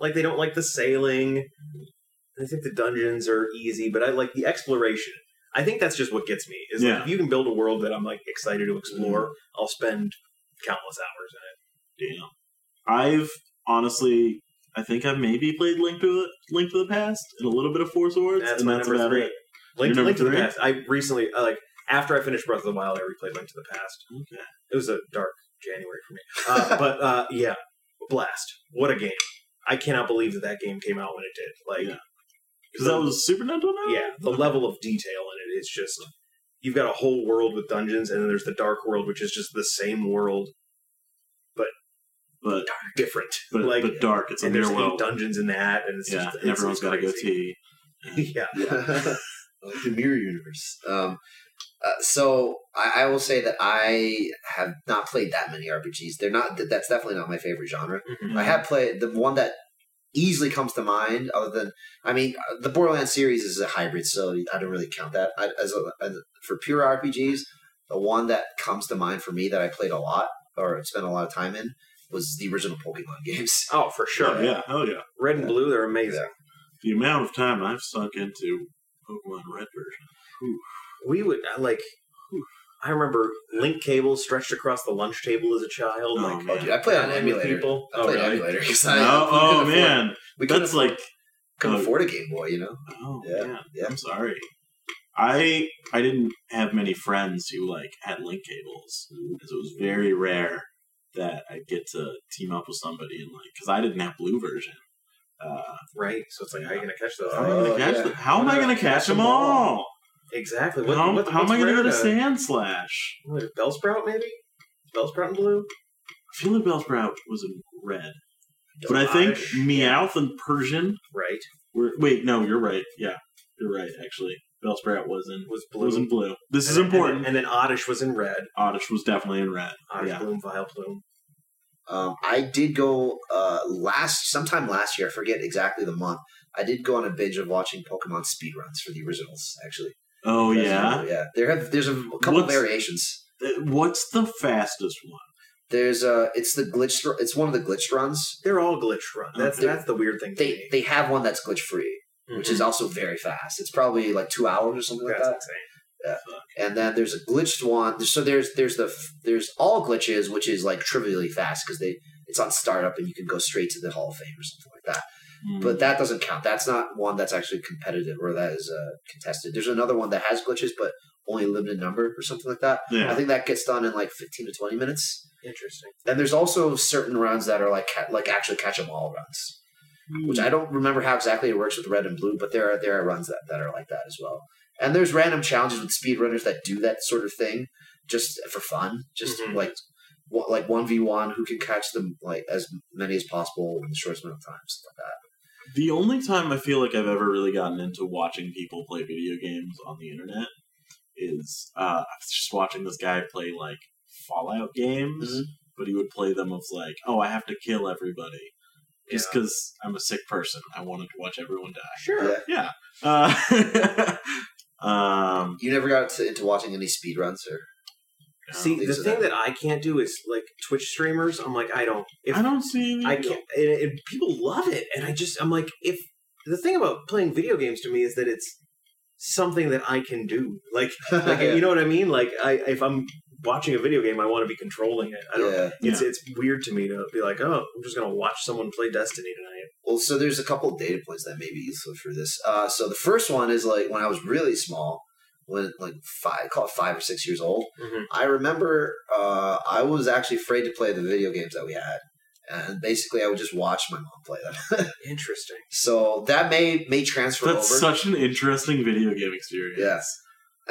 Speaker 3: like they don't like the sailing. They think the dungeons are easy, but I like the exploration. I think that's just what gets me. Is
Speaker 2: Yeah.
Speaker 3: like, if you can build a world that I'm like excited to explore, I'll spend countless hours in it.
Speaker 2: Damn. I've honestly, I think I've maybe played Link to the Link to the Past and a little bit of Four Swords,
Speaker 3: That's
Speaker 2: and
Speaker 3: my
Speaker 2: that's
Speaker 3: number
Speaker 2: about
Speaker 3: three.
Speaker 2: it.
Speaker 3: Link,
Speaker 2: Your number
Speaker 3: Link to the
Speaker 2: three?
Speaker 3: Past. I recently, uh, like, after I finished Breath of the Wild, I replayed Link to the Past.
Speaker 2: Okay.
Speaker 3: It was a dark January for me. Uh, but uh, yeah, Blast. What a game. I cannot believe that that game came out when it did. Like,
Speaker 2: Because that was Super Nintendo.
Speaker 3: yeah, the level of detail in it is just. You've got a whole world with dungeons, and then there's the dark world, which is just the same world,
Speaker 2: but
Speaker 3: different.
Speaker 2: but,
Speaker 3: like,
Speaker 2: but dark. It's a
Speaker 3: and there's
Speaker 2: near
Speaker 3: eight
Speaker 2: world.
Speaker 3: dungeons in that, and it's
Speaker 2: Yeah,
Speaker 3: just,
Speaker 2: and everyone's got to go
Speaker 3: to.
Speaker 2: tea.
Speaker 3: yeah,
Speaker 1: Like the mirror universe. Um, uh, so I, I will say that I have not played that many RPGs. They're not. th- That's definitely not my favorite genre.
Speaker 3: Mm-hmm.
Speaker 1: I have played the one that easily comes to mind. Other than, I mean, uh, the Borderlands series is a hybrid, so I don't really count that I, as, a, as a- for pure RPGs. The one that comes to mind for me that I played a lot or spent a lot of time in was the original Pokemon games.
Speaker 3: Oh, for
Speaker 2: Oh,
Speaker 3: sure.
Speaker 2: yeah, hell yeah.
Speaker 3: Red and blue, they're amazing.
Speaker 1: Yeah.
Speaker 2: The amount of time I've sunk into Pokemon Red version.
Speaker 3: we would I, like i remember link cables stretched across the lunch table as a child
Speaker 2: Oh,
Speaker 3: like
Speaker 2: man.
Speaker 1: Oh, dude, I played on
Speaker 3: with
Speaker 1: emulator.
Speaker 3: people
Speaker 1: I played
Speaker 3: oh, really?
Speaker 1: emulator 'cause I-
Speaker 2: Oh,
Speaker 1: we couldn't
Speaker 2: oh,
Speaker 1: afford-
Speaker 2: man,
Speaker 1: we couldn't
Speaker 2: that's
Speaker 1: afford,
Speaker 2: like
Speaker 1: couldn't
Speaker 2: oh.
Speaker 1: afford a Game Boy, you know.
Speaker 2: oh
Speaker 1: Yeah,
Speaker 2: man,
Speaker 1: yeah.
Speaker 2: I'm sorry. I I didn't have many friends who like had link cables, because it was very rare that I'd get to team up with somebody and like because I didn't have blue version. Uh,
Speaker 3: right? So it's like, how are you gonna catch those?
Speaker 2: how am I gonna
Speaker 1: Oh,
Speaker 2: catch?
Speaker 1: yeah.
Speaker 2: The, how am I gonna catch them all?
Speaker 3: exactly. What,
Speaker 2: how
Speaker 3: what, uh,
Speaker 2: how am I gonna
Speaker 3: going
Speaker 2: go to Sand Slash?
Speaker 3: Bell sprout maybe? Bell sprout and blue.
Speaker 2: I feel like Bellsprout was in red, but I think
Speaker 3: Oddish.
Speaker 2: Meowth and Persian
Speaker 3: right
Speaker 2: were. Wait, no, you're right. Yeah, you're right. Actually, Bellsprout was in
Speaker 3: was blue.
Speaker 2: was in blue. This is
Speaker 3: And-
Speaker 2: important.
Speaker 3: And, then Oddish was in red.
Speaker 2: Oddish was definitely in red.
Speaker 3: Oddish
Speaker 2: yeah.
Speaker 3: bloom, vile plume.
Speaker 1: Um, I did go uh, last sometime last year. I forget exactly the month. I did go on a binge of watching Pokemon speedruns for the originals. Actually,
Speaker 2: Oh
Speaker 1: That's
Speaker 2: yeah.
Speaker 1: another- yeah. There have there's a couple
Speaker 2: What's-
Speaker 1: variations.
Speaker 2: Uh, What's the fastest one?
Speaker 1: There's uh, it's the glitch. It's one of the glitch runs.
Speaker 3: They're all glitch run.
Speaker 2: Oh,
Speaker 3: That's
Speaker 1: Okay.
Speaker 3: that's the weird thing. to
Speaker 1: They
Speaker 3: me.
Speaker 1: they have one that's glitch free, which
Speaker 2: Mm-hmm.
Speaker 1: is also very fast. It's probably like two hours or something like
Speaker 3: that's
Speaker 1: that.
Speaker 3: insane.
Speaker 1: And then there's a glitched one. So there's there's the f- there's all glitches, which is like trivially fast because they it's on startup and you can go straight to the Hall of Fame or something like that.
Speaker 2: Hmm.
Speaker 1: but that doesn't count. That's not one that's actually competitive or that is uh, contested. There's another one that has glitches, but only a limited number or something like that. I
Speaker 2: yeah.
Speaker 1: think that gets done in like 15 to 20 minutes.
Speaker 3: Interesting.
Speaker 1: And there's also certain rounds that are like ca- like actually catch 'em all runs, which
Speaker 3: Hmm.
Speaker 1: I don't remember how exactly it works with red and blue, but there are there are runs that, that are like that as well. And there's random challenges with speedrunners that do that sort of thing just for fun, just
Speaker 3: Mhm.
Speaker 1: like one- like one v one, who can catch them like as many as possible in the shortest amount of time, stuff like that.
Speaker 2: The only time I feel like I've ever really gotten into watching people play video games on the internet is uh, I was just watching this guy play like Fallout games,
Speaker 1: Mhm.
Speaker 2: but he would play them of like, oh, I have to kill everybody just
Speaker 3: Yeah.
Speaker 2: because I'm a sick person. I wanted to watch everyone die.
Speaker 3: Sure.
Speaker 1: Yeah.
Speaker 2: Yeah. Uh, um,
Speaker 1: You never got to, into watching any speedruns or
Speaker 3: See,
Speaker 1: think
Speaker 3: the
Speaker 1: so,
Speaker 3: thing
Speaker 1: though.
Speaker 3: that I can't do is like Twitch streamers. I'm like, I don't. If
Speaker 2: I don't see. any
Speaker 3: I
Speaker 2: real-
Speaker 3: can't. And, and people love it, and I just I'm like, if the thing about playing video games to me is that it's something that I can do. Like, like you know what I mean? Like, I if I'm watching a video game, I want to be controlling it. I don't.
Speaker 1: yeah.
Speaker 3: It's it's weird to me to be like, oh, I'm just gonna watch someone play Destiny tonight.
Speaker 1: Well, so there's a couple of data points that may be useful for this. Uh, so the first one is like when I was really small, when like five, call it five or six years old.
Speaker 3: Mhm.
Speaker 1: I remember uh, I was actually afraid to play the video games that we had, and basically I would just watch my mom play them.
Speaker 3: Interesting.
Speaker 1: so that may may transfer
Speaker 2: That's
Speaker 1: over.
Speaker 2: such an interesting video game experience.
Speaker 1: Yeah.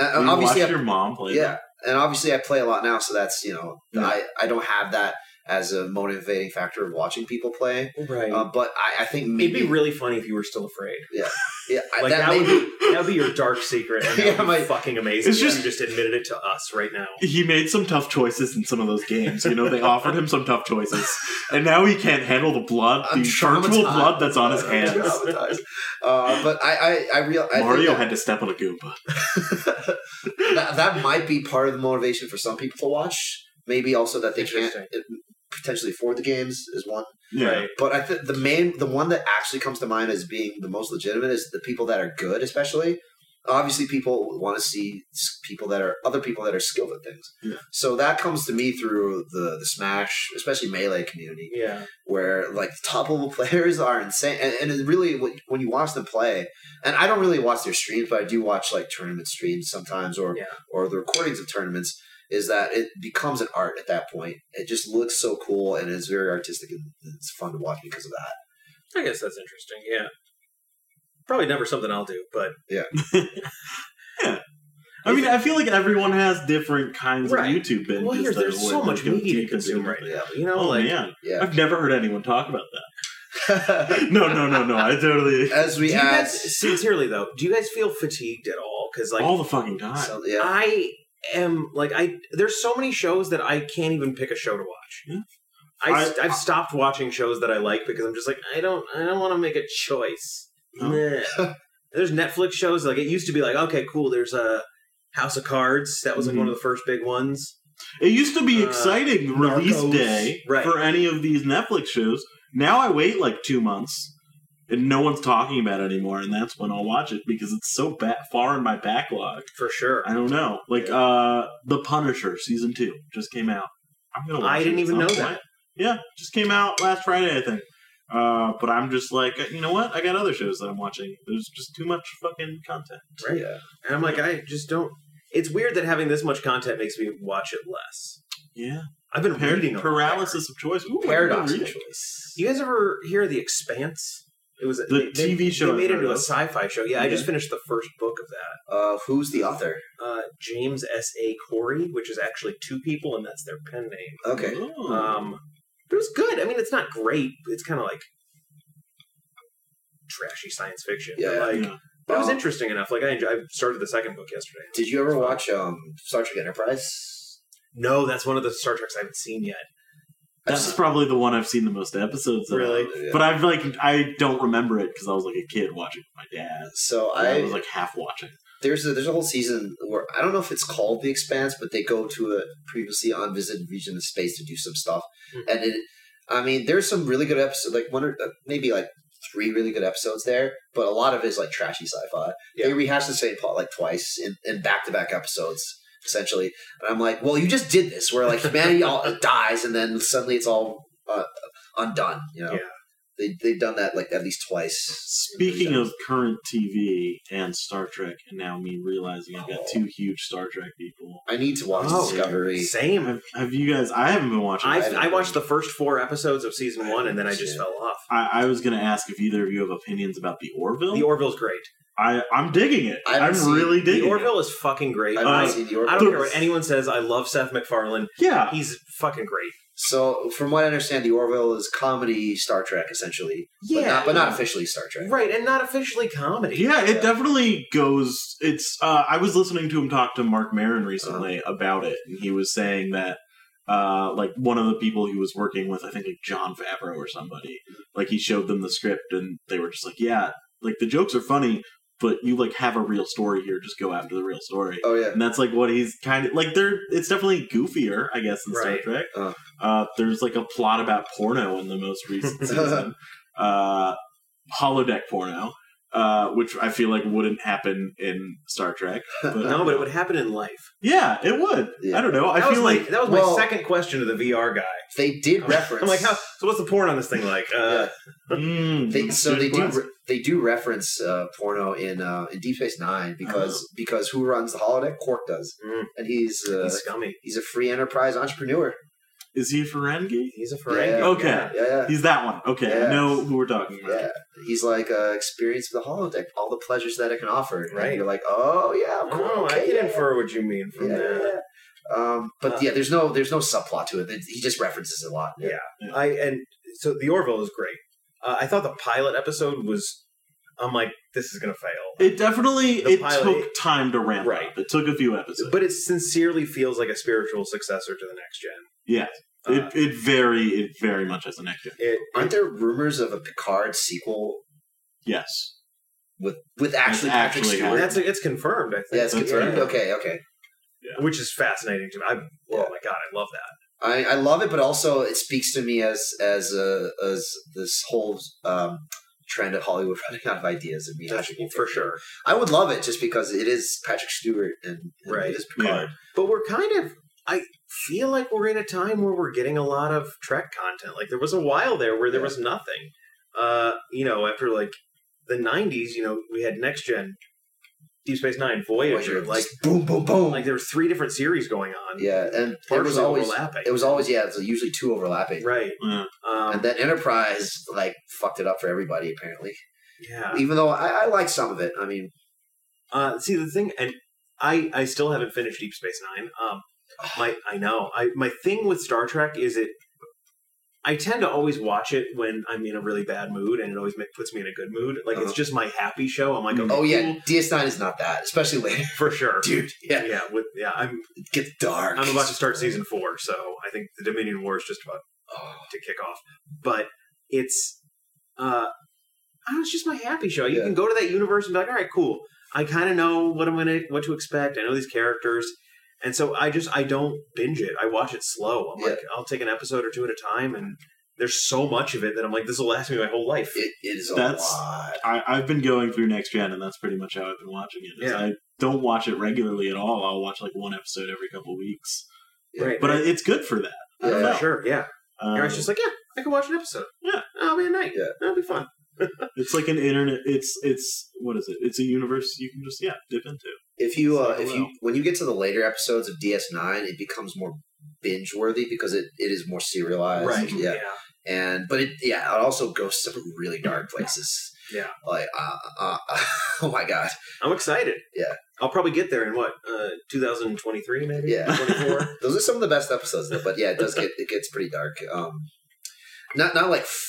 Speaker 1: And-
Speaker 2: You
Speaker 1: and obviously,
Speaker 2: watch
Speaker 1: I
Speaker 2: your mom play.
Speaker 1: yeah and obviously i play a lot now so that's you know
Speaker 2: Yeah.
Speaker 1: I, I don't have that as a motivating factor of watching people play
Speaker 3: Right.
Speaker 1: uh, but I, I think
Speaker 3: Um, It'd
Speaker 1: maybe
Speaker 3: be really funny if you were still afraid.
Speaker 1: yeah, I-
Speaker 3: Like
Speaker 1: Uh, that,
Speaker 3: that,
Speaker 1: may
Speaker 3: would
Speaker 1: be,
Speaker 3: be, that would be your dark secret. And that
Speaker 1: Yeah,
Speaker 3: would be
Speaker 1: my-
Speaker 3: fucking amazing.
Speaker 2: It's
Speaker 3: if
Speaker 2: just-
Speaker 3: you just admitted it to us right now.
Speaker 2: he made some tough choices in some of those games. You know, they offered him some tough choices, and now he can't handle the blood,
Speaker 1: I'm
Speaker 2: the virtual
Speaker 1: traumatized.
Speaker 2: blood that's on his
Speaker 1: I'm
Speaker 2: hands.
Speaker 1: traumatized. uh, but i i, I real I think
Speaker 2: Mario
Speaker 1: that-
Speaker 2: had to step on a goomba.
Speaker 1: that, that might be part of the motivation for some people to watch maybe also that they can't
Speaker 3: Interesting.
Speaker 1: uh, potentially afford the games is one
Speaker 2: Yeah,
Speaker 3: Right.
Speaker 1: but i think the main the one that actually comes to mind as being the most legitimate is the people that are good especially obviously people want to see s- people that are other people that are skilled at things
Speaker 2: Yeah.
Speaker 1: so that comes to me through the the smash especially melee community
Speaker 3: Yeah.
Speaker 1: where like top level players are insane and, and it really when- when you watch them play and i don't really watch their streams but i do watch like tournament streams sometimes or
Speaker 3: Yeah.
Speaker 1: or the recordings of tournaments is that it becomes an art at that point it just looks so cool and it's very artistic and it's fun to watch because of that
Speaker 3: I guess that's interesting. Yeah. Probably never something I'll do, but
Speaker 2: I mean, I feel like everyone has different kinds
Speaker 3: Right.
Speaker 2: of YouTube binges.
Speaker 3: well, here's
Speaker 2: that are
Speaker 3: there's
Speaker 2: what
Speaker 3: so
Speaker 2: they
Speaker 3: much
Speaker 2: go
Speaker 3: media to
Speaker 2: deep
Speaker 3: consume
Speaker 2: into.
Speaker 3: right now. You know,
Speaker 2: Oh
Speaker 3: like
Speaker 2: man,
Speaker 1: Yeah.
Speaker 2: I've never heard anyone talk about that. No, no, no, no. I totally
Speaker 1: As
Speaker 3: do
Speaker 1: we
Speaker 3: you
Speaker 1: add,
Speaker 3: guys sincerely though? Do you guys feel fatigued at all? Because like
Speaker 2: all the fucking time.
Speaker 1: so, yeah,
Speaker 3: I am like I there's so many shows that I can't even pick a show to watch.
Speaker 2: Yeah.
Speaker 3: I,
Speaker 2: Hmm. I-
Speaker 3: have stopped watching shows that I like because I'm just like I don't I don't want to make a choice.
Speaker 2: No.
Speaker 3: Meh. there's Netflix shows like it used to be like okay cool there's a House of Cards that was like one
Speaker 2: Mm-hmm.
Speaker 3: of the first big ones.
Speaker 2: It used to be
Speaker 3: Uh,
Speaker 2: exciting release
Speaker 3: Narcos.
Speaker 2: day
Speaker 3: Right.
Speaker 2: for any of these Netflix shows. Now I wait like two months and no one's talking about it anymore, and that's when I'll watch it because it's so ba- far in my backlog.
Speaker 3: For sure.
Speaker 2: I don't know. Like uh The Punisher season two just came out. I'm gonna watch
Speaker 3: I
Speaker 2: it
Speaker 3: didn't
Speaker 2: at
Speaker 3: even
Speaker 2: some
Speaker 3: know
Speaker 2: point.
Speaker 3: that.
Speaker 2: Yeah, just came out last Friday, I think. Uh, but I'm just like, you know what? I got other shows that I'm watching. There's just too much fucking content.
Speaker 3: Right.
Speaker 1: Yeah.
Speaker 3: And I'm like, I just don't. It's weird that having this much content makes me watch it less.
Speaker 2: Yeah.
Speaker 3: I've been
Speaker 2: Par-
Speaker 3: reading a lot.
Speaker 2: paralysis of choice. Ooh, I've been
Speaker 1: Paradox
Speaker 2: reading.
Speaker 1: of choice.
Speaker 3: You guys ever hear The Expanse? It was a,
Speaker 2: The TV show
Speaker 3: They made
Speaker 2: I've
Speaker 3: it into
Speaker 2: heard
Speaker 3: a
Speaker 2: of.
Speaker 3: sci-fi show. Yeah, I
Speaker 2: Yeah.
Speaker 3: just finished the first book of that.
Speaker 1: Uh, who's the author?
Speaker 3: Uh, James S. A. Corey, which is actually two people, and that's their pen name.
Speaker 1: Okay.
Speaker 2: Ooh.
Speaker 3: Um, but it was good. I mean, it's not great. It's kind of like trashy science fiction. but,
Speaker 1: Yeah,
Speaker 3: like,
Speaker 2: Yeah.
Speaker 3: but it was
Speaker 1: Um,
Speaker 3: interesting enough. Like I, enjoy, I started the second book yesterday.
Speaker 1: Did you ever watch um, Star Trek Enterprise?
Speaker 3: No, that's one of the Star Treks I haven't seen yet.
Speaker 2: That's probably the one I've seen the most episodes of.
Speaker 3: Really?
Speaker 1: Yeah.
Speaker 2: But I've like I don't remember it because I was like a kid watching with my dad.
Speaker 1: so
Speaker 2: I,
Speaker 1: I
Speaker 2: was like half watching.
Speaker 1: there's a, there's a whole season where I don't know if it's called The Expanse, but they go to a previously unvisited region of space to do some stuff,
Speaker 3: Mhm.
Speaker 1: and it. I mean, there's some really good episodes, like one or uh, maybe like three really good episodes there, but a lot of it is like trashy sci-fi. They
Speaker 3: Yeah.
Speaker 1: rehash the same plot like twice in, in back-to-back episodes, essentially. And I'm like, well, you just did this, where like humanity all dies and then suddenly it's all uh, undone. You know,
Speaker 3: Yeah.
Speaker 1: they they've done that like at least twice.
Speaker 2: Speaking of current TV and Star Trek, and now me realizing I've got two huge Star Trek people.
Speaker 1: I need to watch
Speaker 3: Oh.
Speaker 1: Discovery.
Speaker 3: Same.
Speaker 2: Have, have you guys? I haven't been watching.
Speaker 3: I I watched the first four episodes of season one, and then I just fell off.
Speaker 2: I, I was going to ask if either of you have opinions about the Orville.
Speaker 3: The Orville's great.
Speaker 2: I I'm digging it.
Speaker 1: I haven't
Speaker 2: I'm
Speaker 1: seen
Speaker 2: really
Speaker 3: The
Speaker 2: digging
Speaker 3: Orville is fucking great.
Speaker 1: I've
Speaker 3: Uh, I,
Speaker 1: not seen the Orville.
Speaker 3: I don't care what anyone says. I love Seth MacFarlane.
Speaker 2: it. Yeah,
Speaker 3: He's fucking great.
Speaker 1: So, from what I understand, the Orville is comedy Star Trek, essentially. But not, but not officially Star Trek.
Speaker 3: right, and not officially comedy.
Speaker 2: yeah. It definitely goes. It's. Uh, I was listening to him talk to Mark Marin recently about it, and he was saying that. Uh, like one of the people he was working with, I think like John Favreau or somebody, like he showed them the script and they were just like, yeah, like the jokes are funny, but you like have a real story here. Just go after the real story.
Speaker 1: Oh, yeah.
Speaker 2: and that's like what he's kind of like. They're it's definitely goofier, I guess, than
Speaker 3: Right.
Speaker 2: Star Trek.
Speaker 1: Uh.
Speaker 2: Uh, there's like a plot about porno in the most recent season, uh, holodeck porno, uh, which I feel like wouldn't happen in Star Trek. But,
Speaker 3: No, but it would happen in life.
Speaker 2: yeah, it would.
Speaker 1: Yeah.
Speaker 2: I don't know.
Speaker 3: That
Speaker 2: I
Speaker 3: was
Speaker 2: feel
Speaker 3: my-
Speaker 2: like
Speaker 3: that was
Speaker 1: well-
Speaker 3: my second question to the VR guy.
Speaker 1: They did
Speaker 3: I'm like-
Speaker 1: reference.
Speaker 3: I'm like, how? So what's the porn on this thing like? Uh,
Speaker 2: Mm,
Speaker 1: They, so
Speaker 2: good
Speaker 1: they do
Speaker 2: question.
Speaker 1: re- they do reference uh, porno in uh, in Deep Space Nine because because who runs the holodeck? Quark does,
Speaker 3: Oh. Mm.
Speaker 1: and he's uh,
Speaker 3: He's
Speaker 1: he's,
Speaker 3: scummy.
Speaker 1: a free enterprise entrepreneur.
Speaker 2: Is he a Ferengi?
Speaker 3: He's a Ferengi.
Speaker 1: Yeah.
Speaker 2: Okay.
Speaker 1: Yeah, yeah,
Speaker 2: He's that one. Okay,
Speaker 1: Yes.
Speaker 2: I know who we're talking about.
Speaker 1: yeah. He's like uh, experience of the holodeck, all the pleasures that it can offer. And
Speaker 3: Right.
Speaker 1: you're like, oh yeah, of
Speaker 3: Oh,
Speaker 1: course,
Speaker 3: I
Speaker 1: okay,
Speaker 3: can
Speaker 1: yeah,
Speaker 3: infer what you mean from
Speaker 1: yeah,
Speaker 3: that.
Speaker 1: yeah, yeah. Um, but
Speaker 3: Uh,
Speaker 1: yeah, there's no there's no subplot to it. It- He just references it a lot.
Speaker 3: Yeah. I and so the Orville is great. Uh, I thought the pilot episode was. I'm like, this is gonna fail,
Speaker 2: It definitely
Speaker 3: The
Speaker 2: it
Speaker 3: pilot-
Speaker 2: took time to ramp
Speaker 3: Right.
Speaker 2: up. It took a few episodes.
Speaker 3: but it sincerely feels like a spiritual successor to the next gen.
Speaker 2: yeah.
Speaker 3: Uh,
Speaker 2: It, it very it very much has an active.
Speaker 3: it,
Speaker 1: Aren't there rumors of a Picard sequel
Speaker 2: Yes.
Speaker 1: with with actually Patrick
Speaker 2: With actually
Speaker 1: Stewart?
Speaker 2: happening.
Speaker 3: that's it's confirmed. I think.
Speaker 1: Yeah, it's
Speaker 2: That's
Speaker 1: confirmed.
Speaker 2: right.
Speaker 1: Okay, okay.
Speaker 2: Yeah.
Speaker 3: Which is fascinating to me. I,
Speaker 1: Yeah.
Speaker 3: Oh my god, I love that.
Speaker 1: I, I love it, but also it speaks to me as as uh, as this whole um, trend of Hollywood running out of ideas and being actually
Speaker 3: for sure.
Speaker 1: I would love it just because it is Patrick Stewart and, and
Speaker 3: Right.
Speaker 1: it is Picard.
Speaker 3: But we're kind of. I feel like we're in a time where we're getting a lot of Trek content. Like there was a while there where there
Speaker 1: Yeah.
Speaker 3: was nothing. Uh, you know, after like the '90s, you know, we had Next Gen, Deep Space Nine, Voyager.
Speaker 1: Voyager,
Speaker 3: Like,
Speaker 1: just boom, boom, boom.
Speaker 3: like there were three different series going on.
Speaker 1: yeah, and it
Speaker 3: partially
Speaker 1: was always
Speaker 3: overlapping.
Speaker 1: it was always yeah, it was usually two overlapping.
Speaker 3: right.
Speaker 2: Yeah.
Speaker 1: And
Speaker 3: Um,
Speaker 1: then Enterprise like fucked it up for everybody apparently.
Speaker 3: yeah.
Speaker 1: Even though I, I like some of it. I mean,
Speaker 3: Uh, see the thing, and I I still haven't finished Deep Space Nine. Um, my I know I my thing with Star Trek is it. I tend to always watch it when I'm in a really bad mood, and it always ma- puts me in a good mood. Like
Speaker 1: Uh-huh.
Speaker 3: it's just my happy show. I'm like, okay,
Speaker 1: oh yeah,
Speaker 3: cool,
Speaker 1: DS9 is not that, especially later.
Speaker 3: for sure,
Speaker 1: Dude, yeah,
Speaker 3: Yeah, with yeah, I'm
Speaker 1: it gets dark.
Speaker 3: I'm about to start season four, so I think the Dominion War is just about
Speaker 1: Oh,
Speaker 3: to kick off. But it's uh I don't know, it's just my happy show. You
Speaker 1: Yeah.
Speaker 3: can go to that universe and be like, all right, cool. I kind of know what I'm gonna what to expect. I know these characters. And so I just I don't binge it. I watch it slow. I'm
Speaker 1: Yeah.
Speaker 3: like, I'll take an episode or two at a time and there's so much of it that I'm like, this will last me my whole life.
Speaker 1: it, it is a
Speaker 2: That's-
Speaker 1: lot.
Speaker 2: I, I've been going through next gen, and that's pretty much how I've been watching it. is
Speaker 3: Yeah.
Speaker 2: I don't watch it regularly at all. I'll watch like one episode every couple weeks,
Speaker 1: Yeah.
Speaker 3: Right.
Speaker 2: but I, it's good for that. I
Speaker 1: Yeah,
Speaker 2: don't know.
Speaker 3: sure, yeah.
Speaker 2: Um,
Speaker 3: Aaron's just like, yeah, I could watch an episode.
Speaker 2: Yeah.
Speaker 3: That'll be a night.
Speaker 1: Uh, Yeah.
Speaker 3: That'll be fun.
Speaker 2: It's like an internet. It's it's what is it? It's a universe you can just yeah dip into.
Speaker 1: If you uh,
Speaker 2: Like a
Speaker 1: if you
Speaker 2: well.
Speaker 1: when you get to the later episodes of DS9, it becomes more binge worthy because it, it is more serialized. Uh, Yeah. And but it yeah, it also goes to some really dark places.
Speaker 3: Yeah.
Speaker 1: Like uh, uh, oh my god.
Speaker 3: I'm excited.
Speaker 1: Yeah.
Speaker 3: I'll probably get there in what, uh, 2023 maybe?
Speaker 1: Yeah.
Speaker 3: 24?
Speaker 1: Those are some of the best episodes though, but yeah, it does get it gets pretty dark. Um not not like f-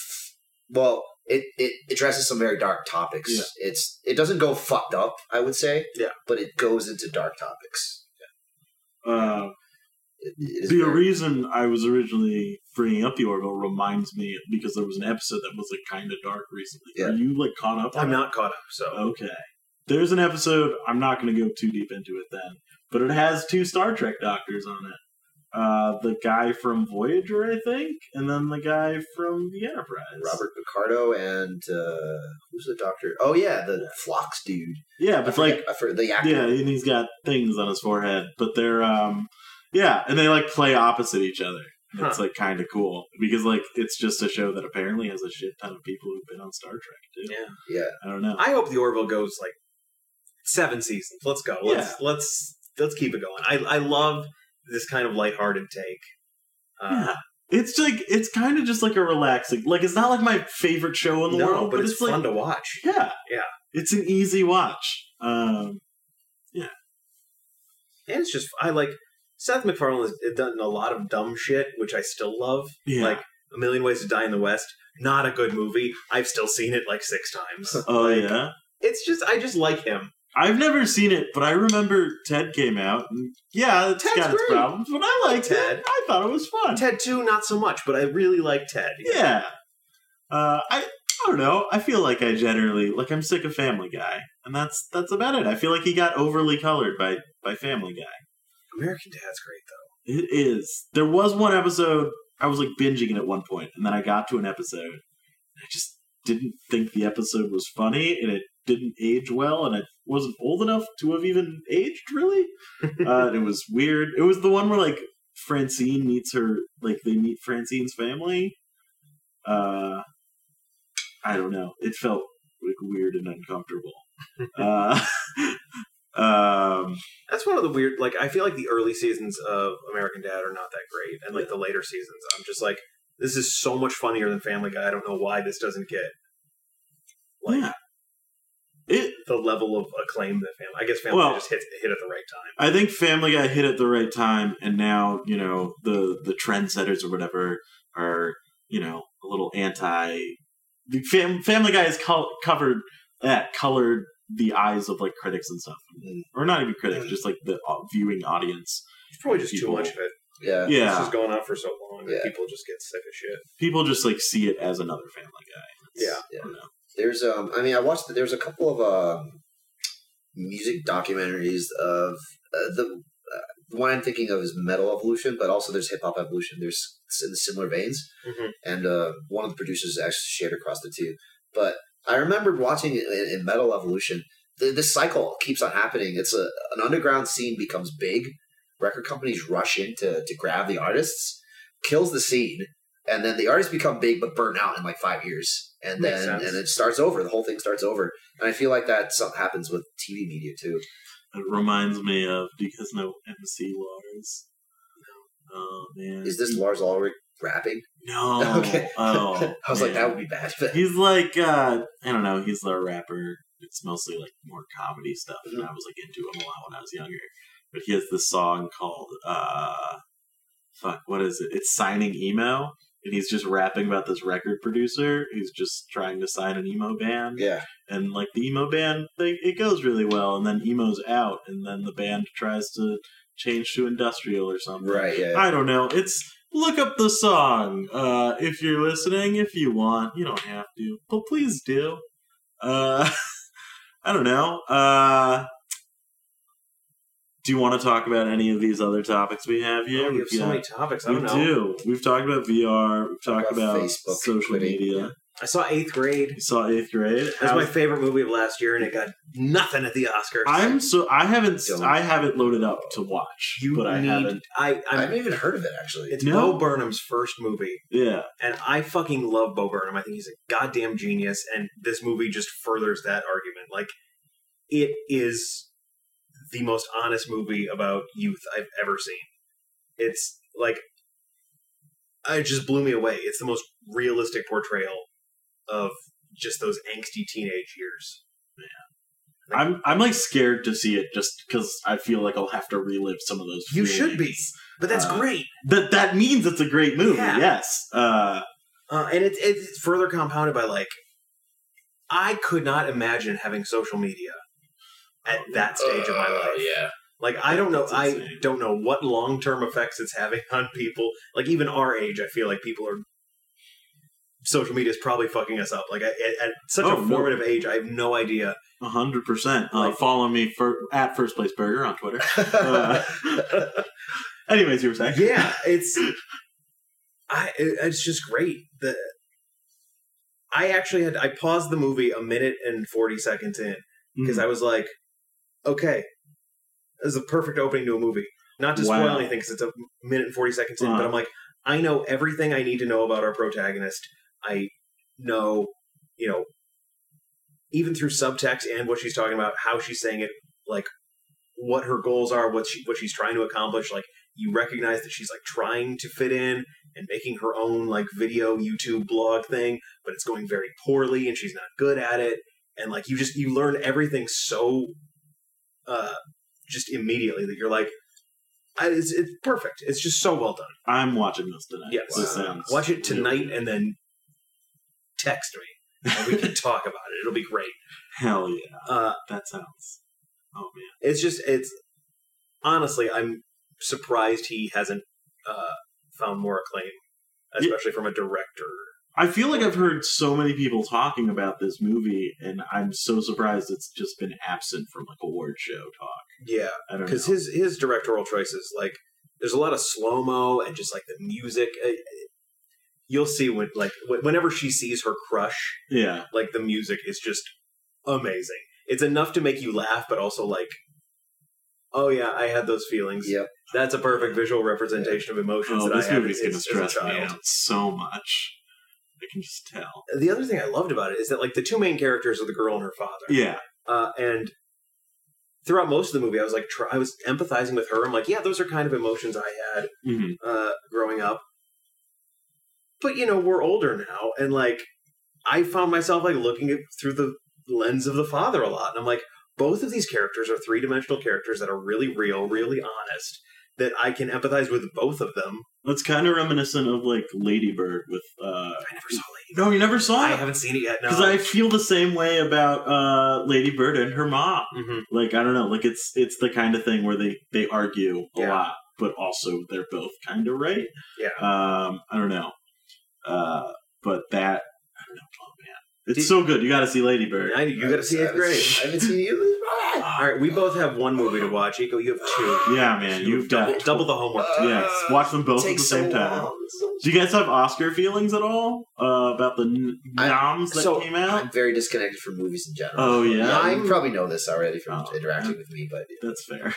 Speaker 1: well, it, it addresses some very dark topics.
Speaker 2: Yeah.
Speaker 1: It's it doesn't go fucked up, I would say.
Speaker 3: Yeah.
Speaker 1: But it goes into dark topics.
Speaker 2: Uh,
Speaker 1: It, it is
Speaker 2: the
Speaker 1: very-
Speaker 2: reason I was originally bringing up the Orville reminds me because there was an episode that was like kind of dark recently.
Speaker 1: Yeah.
Speaker 2: Are you like caught up? on
Speaker 3: I'm
Speaker 2: it?
Speaker 3: not caught up, so. um,
Speaker 2: Okay. There's an episode. I'm not going to go too deep into it then, but it has two Star Trek doctors on it. Uh, the guy from Voyager, I think, and then the guy from the Enterprise.
Speaker 1: Robert Picardo and uh, who's the doctor? Oh yeah, the Phlox dude.
Speaker 2: Yeah,
Speaker 1: I
Speaker 2: but
Speaker 1: forget,
Speaker 2: like
Speaker 1: I forget the actor.
Speaker 2: Yeah, and he's got things on his forehead, but they're um yeah, and they like play opposite each other. And It's like kind of cool because like it's just a show that apparently has a shit ton of people who've been on Star Trek too.
Speaker 3: Yeah.
Speaker 1: Yeah.
Speaker 2: I don't know.
Speaker 3: I hope the Orville goes like seven seasons. Let's go. Let's let's let's keep it going. I I love this kind of lighthearted take. Uh,
Speaker 2: Yeah. It's like it's kind of just like a relaxing. Like it's not like my favorite show in the
Speaker 3: no,
Speaker 2: world,
Speaker 3: but, it's,
Speaker 2: like
Speaker 3: fun to watch.
Speaker 2: yeah,
Speaker 3: Yeah.
Speaker 2: It's an easy watch. Um,
Speaker 3: And it's just I like Seth MacFarlane has done a lot of dumb shit, which I still love.
Speaker 2: yeah.
Speaker 3: Like A Million Ways to Die in the West, not a good movie. I've still seen it like six times.
Speaker 2: oh
Speaker 3: like,
Speaker 2: yeah.
Speaker 3: It's just I just like him.
Speaker 2: I've never seen it, but I remember Ted came out. And yeah, it's
Speaker 3: Ted's
Speaker 2: got its
Speaker 3: great.
Speaker 2: problems, but I liked
Speaker 3: Ted.
Speaker 2: it. I thought it was fun.
Speaker 3: Ted too, not so much, but I really like Ted.
Speaker 2: Yeah. Uh, I I don't know. I feel like I generally like I'm sick of Family Guy, and that's that's about it. I feel like he got overly colored by by Family Guy.
Speaker 3: American Dad's great though.
Speaker 2: It is. There was one episode I was like binging it at one point, and then I got to an episode, and I just didn't think the episode was funny, and it didn't age well, and I wasn't old enough to have even aged really. uh, and it was weird. It was the one where like Francine meets her, like they meet Francine's family. Uh, I don't know. It felt like weird and uncomfortable. uh, um,
Speaker 3: That's one of the weird. Like, I feel like the early seasons of American Dad are not that great, and like the later seasons, I'm just like, this is so much funnier than Family Guy. I don't know why this doesn't get like
Speaker 2: yeah. It
Speaker 3: the level of acclaim that Family. I guess Family
Speaker 2: Well-
Speaker 3: Guy just hit hit at the right time.
Speaker 2: I think Family Guy hit at the right time, and now you know the the trendsetters or whatever are you know a little anti. The fam- Family Guy has col- covered that colored the eyes of like critics and stuff,
Speaker 1: Mm.
Speaker 2: or not even critics, just like the au- viewing audience.
Speaker 3: It's probably just
Speaker 2: People-
Speaker 3: too much of it.
Speaker 1: yeah.
Speaker 3: This
Speaker 2: Yeah,
Speaker 3: has gone on for so long that
Speaker 1: Yeah.
Speaker 3: people just get sick of shit.
Speaker 2: people just like see it as another Family Guy. It's-
Speaker 1: Yeah.
Speaker 2: I don't know.
Speaker 1: There's um I mean I watched there's a couple of um music documentaries of uh, the uh, the one I'm thinking of is Metal Evolution, but also there's Hip Hop Evolution. There's s- in similar veins.
Speaker 3: Mhm.
Speaker 1: and uh, one of the producers actually shared across the two. But I remembered watching it in, in Metal Evolution. The, this cycle keeps on happening. It's a an underground scene becomes big. Record companies rush in to to grab the artists, kills the scene, and then the artists become big but burn out in like five years, and
Speaker 3: Makes
Speaker 1: then
Speaker 3: sense.
Speaker 1: and it starts over. The whole thing starts over, and I feel like that something happens with TV media too.
Speaker 2: It reminds me of because no MC Lars. Oh man,
Speaker 1: Is this Lars Ulrich rapping?
Speaker 2: no?
Speaker 1: Okay.
Speaker 2: Oh,
Speaker 1: I was like,
Speaker 2: man.
Speaker 1: that would be bad. But
Speaker 2: He's like uh I don't know, he's a rapper. It's mostly like more comedy stuff and I was like into him a lot when I was younger. But he has this song called uh fuck, what is it? It's signing emo and he's just rapping about this record producer who's just trying to sign an emo band
Speaker 1: yeah,
Speaker 2: and like the emo band they it goes really well and then emo's out and then the band tries to change to industrial or something.
Speaker 1: right. Yeah,
Speaker 2: I don't know. It's look up the song uh, if you're listening. If you want, you don't have to, but please do. Uh, I don't know. Uh, do you want to talk about any of these other topics we have here?
Speaker 3: Oh, we have
Speaker 2: We've
Speaker 3: so
Speaker 2: got-
Speaker 3: many topics. I
Speaker 2: we
Speaker 3: don't know.
Speaker 2: do. We've talked about VR. We've talked
Speaker 1: About
Speaker 2: about,
Speaker 1: Facebook
Speaker 2: social
Speaker 1: quitting,
Speaker 2: media.
Speaker 1: yeah.
Speaker 3: I saw Eighth Grade.
Speaker 2: You saw eighth grade.
Speaker 3: That's
Speaker 2: How-
Speaker 3: my favorite movie of last year, and it got nothing at the Oscars.
Speaker 2: I'm so I haven't s-
Speaker 1: Don't.
Speaker 2: I haven't loaded up to watch,
Speaker 3: you
Speaker 2: but I
Speaker 3: need,
Speaker 2: haven't.
Speaker 3: I,
Speaker 1: I
Speaker 3: I'm,
Speaker 1: haven't even heard of it actually.
Speaker 3: it's
Speaker 2: No.
Speaker 3: Bo Burnham's first movie,
Speaker 2: Yeah,
Speaker 3: and I fucking love Bo Burnham. I think he's a goddamn genius, and this movie just furthers that argument. Like, it is the most honest movie about youth I've ever seen. It's like, it just blew me away. It's the most realistic portrayal of just those angsty teenage years.
Speaker 2: I'm I'm like scared to see it just because I feel like I'll have to relive some of those.
Speaker 3: You should be,
Speaker 2: feelings.
Speaker 3: but that's
Speaker 2: Uh,
Speaker 3: great.
Speaker 2: That that means it's a great movie.
Speaker 3: Yeah.
Speaker 2: Yes. Uh,
Speaker 3: Uh, and it's it's further compounded by like, I could not imagine having social media at that stage of my
Speaker 1: Uh,
Speaker 3: life.
Speaker 1: Yeah.
Speaker 3: Like I don't know,
Speaker 2: That's
Speaker 3: I
Speaker 2: insane.
Speaker 3: don't know what long term effects it's having on people. Like even our age, I feel like people are. Social media is probably fucking us up. Like I, at, at such
Speaker 2: Oh,
Speaker 3: a
Speaker 2: no.
Speaker 3: formative age, I have no idea.
Speaker 2: A hundred percent. Uh,
Speaker 3: Like-
Speaker 2: Follow me for at First Place Burger on Twitter. Uh, anyways, you were saying,
Speaker 3: yeah, it's I it- it's just great. The I actually had I paused the movie a minute and 40 seconds in because
Speaker 2: Hmm.
Speaker 3: I was like, okay, this is the perfect opening to a movie. Not to spoil
Speaker 2: Wow.
Speaker 3: anything because it's a minute and 40 seconds in,
Speaker 2: Uh-huh.
Speaker 3: but I'm like, I know everything I need to know about our protagonist. I know, you know, even through subtext and what she's talking about, how she's saying it, like what her goals are, what she what she's trying to accomplish. Like you recognize that she's like trying to fit in and making her own like video YouTube blog thing, but it's going very poorly and she's not good at it. And like you just you learn everything so uh just immediately that you're like I, it's, it's perfect. It's just so well done.
Speaker 2: I'm watching this tonight.
Speaker 3: Yes.
Speaker 2: This
Speaker 1: Wow.
Speaker 2: sounds
Speaker 3: Watch it
Speaker 2: really-
Speaker 3: tonight and then text me. And we can talk about it. It'll be great.
Speaker 2: Hell yeah,
Speaker 3: Uh,
Speaker 2: that sounds. Oh man.
Speaker 3: it's just it's honestly, I'm surprised he hasn't uh, found more acclaim,
Speaker 2: Yeah.
Speaker 3: especially from a director.
Speaker 2: I feel like I've heard so many people talking about this movie, and I'm so surprised it's just been absent from like award show talk.
Speaker 3: Yeah,
Speaker 2: I don't know.
Speaker 3: because his his directorial choices, like there's a lot of slow mo and just like the music. uh, You'll see when like wh- whenever she sees her crush,
Speaker 2: yeah,
Speaker 3: like the music is just amazing. It's enough to make you laugh, but also like, oh yeah, I had those feelings.
Speaker 1: Yep.
Speaker 3: That's a perfect visual representation of emotions
Speaker 2: oh,
Speaker 3: that
Speaker 2: this
Speaker 3: I had
Speaker 2: movie's
Speaker 3: as-
Speaker 2: gonna
Speaker 3: as a
Speaker 2: stress me
Speaker 3: child.
Speaker 2: out so much. I can just tell.
Speaker 3: The other thing I loved about it is that like the two main characters are the girl and her father.
Speaker 2: Yeah,
Speaker 3: Uh, and throughout most of the movie, I was like, try- I was empathizing with her. I'm like, yeah, those are kind of emotions I had
Speaker 2: hmm
Speaker 3: uh, growing up. But you know, we're older now, and like, I found myself like looking at, through the lens of the father a lot, and I'm like, both of these characters are three dimensional characters that are really real, really honest. That I can empathize with both of them.
Speaker 2: that's kind of reminiscent of like Ladybird with. uh
Speaker 3: I never saw Lady.
Speaker 2: No, you never saw
Speaker 3: I
Speaker 2: it.
Speaker 3: haven't seen it yet. No.
Speaker 2: because I feel the same way about uh, Lady Bird and her mom.
Speaker 3: Mhm.
Speaker 2: Like I don't know, like it's it's the kind of thing where they they argue a
Speaker 3: Yeah.
Speaker 2: lot, but also they're both kind of right.
Speaker 3: Yeah.
Speaker 2: Um, I don't know, uh, but that I don't know, oh man, it's
Speaker 3: Did-
Speaker 2: so good. You got to see Lady Bird.
Speaker 3: I, you got to see
Speaker 1: I
Speaker 3: eighth
Speaker 1: haven't-
Speaker 3: grade.
Speaker 1: I haven't seen you.
Speaker 3: All right, we both have one movie to watch. Eco, you have two.
Speaker 2: yeah, man, you've
Speaker 3: double,
Speaker 2: done
Speaker 3: double the homework.
Speaker 2: yes. Watch them both at the
Speaker 1: Takes
Speaker 2: same
Speaker 1: so
Speaker 2: time.
Speaker 1: long. This is so-
Speaker 2: Do you guys have Oscar feelings at all uh, about the n-
Speaker 1: I-
Speaker 2: noms that
Speaker 3: so,
Speaker 2: came out?
Speaker 1: I'm very disconnected from movies in general.
Speaker 2: Oh, yeah?
Speaker 1: you probably know this already from
Speaker 2: Oh.
Speaker 1: interacting with me, but
Speaker 2: That's fair.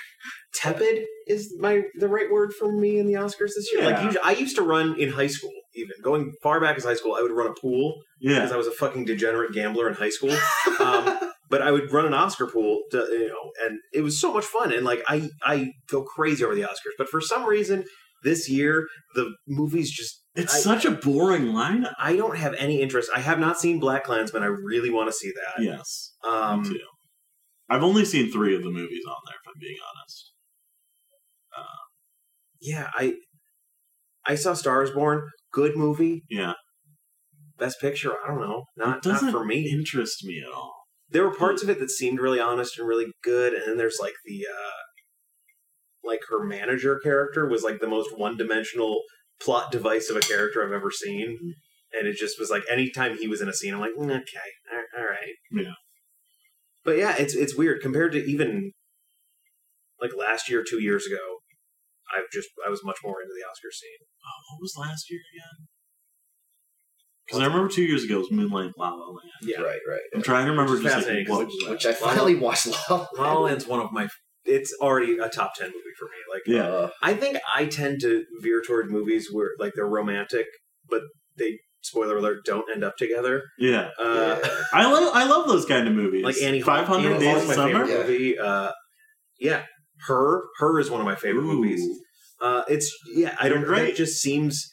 Speaker 3: Tepid is my the right word for me in the Oscars this year. Like
Speaker 2: Yeah.
Speaker 3: usually, I used to run in high school. Even going far back as high school, I would run a pool
Speaker 2: Yeah.
Speaker 3: because I was a fucking degenerate gambler in high school. um, but I would run an Oscar pool, to, you know, and it was so much fun. And like I, I go crazy over the Oscars. But for some reason, this year the movies just
Speaker 2: It's
Speaker 3: I-
Speaker 2: such a boring lineup.
Speaker 3: I don't have any interest. I have not seen Black Klansman. I really want to see that.
Speaker 2: Yes.
Speaker 3: Um,
Speaker 2: Me too. I've only seen three of the movies on there, if I'm being honest.
Speaker 3: yeah, I I saw Stars Born, good movie,
Speaker 2: Yeah.
Speaker 3: best picture. I don't know,
Speaker 2: It
Speaker 3: not not
Speaker 2: doesn't
Speaker 3: for me.
Speaker 2: interest me at all.
Speaker 3: There were parts of it that seemed really honest and really good, and then there's like the uh like her manager character was like the most one dimensional plot device of a character I've ever seen. And it just was like anytime he was in a scene, I'm like, "Mm, okay, all- all right,
Speaker 2: Yeah.
Speaker 3: But yeah, it's it's weird compared to even like last year, two years ago. I've just I was much more into the Oscar scene.
Speaker 2: Uh, what was last year again? Because I remember two years ago it was Moonlight La La Land.
Speaker 3: Yeah.
Speaker 1: Right, right.
Speaker 2: I'm trying to remember just like
Speaker 3: Fascinating,
Speaker 2: what
Speaker 3: 'cause
Speaker 2: was
Speaker 3: it's-
Speaker 2: that.
Speaker 1: Which I finally watched. La
Speaker 3: La La Land's one of my. It's already a top ten movie for me. Like
Speaker 2: Yeah.
Speaker 1: Uh,
Speaker 3: I think I tend to veer toward movies where like they're romantic, but they spoiler alert don't end up together.
Speaker 2: Yeah,
Speaker 3: Uh,
Speaker 1: yeah.
Speaker 2: I love I love those kind of movies.
Speaker 3: Like Annie Hall.
Speaker 2: Five Hundred
Speaker 3: Annie
Speaker 2: Days
Speaker 3: Hall's
Speaker 2: of
Speaker 3: my
Speaker 2: Summer.
Speaker 3: favorite movie. Uh, yeah, her her is one of my favorite
Speaker 2: Ooh.
Speaker 3: movies. Uh, it's yeah, I
Speaker 2: You're
Speaker 3: don't.
Speaker 2: great.
Speaker 3: It just seems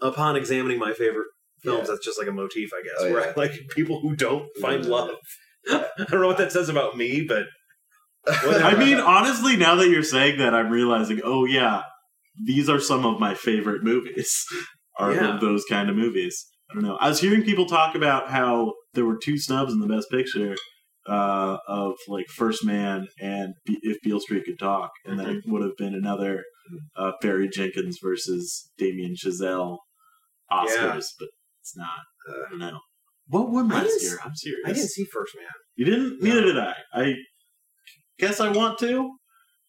Speaker 3: upon examining my favorite films,
Speaker 1: Yeah.
Speaker 3: that's just like a motif, I guess.
Speaker 1: Oh,
Speaker 3: where
Speaker 1: yeah.
Speaker 3: I like people who don't find
Speaker 1: Yeah.
Speaker 3: love. I don't know what that says about me, but Whatever.
Speaker 2: I mean, honestly, now that you're saying that, I'm realizing, oh yeah, these are some of my favorite movies. Are
Speaker 3: Yeah.
Speaker 2: those kind of movies? I don't know. I was hearing people talk about how there were two snubs in the Best Picture uh, of like First Man and Be- If Beale Street Could Talk, and that would have been another uh, Barry Jenkins versus Damien Chazelle Oscars,
Speaker 3: Yeah.
Speaker 2: but it's not. I
Speaker 3: uh,
Speaker 2: don't know. What won
Speaker 3: I
Speaker 2: last
Speaker 3: didn't-
Speaker 2: year? I'm serious.
Speaker 3: I didn't see First Man.
Speaker 2: You didn't?
Speaker 3: No.
Speaker 2: Neither did I. I guess I want to.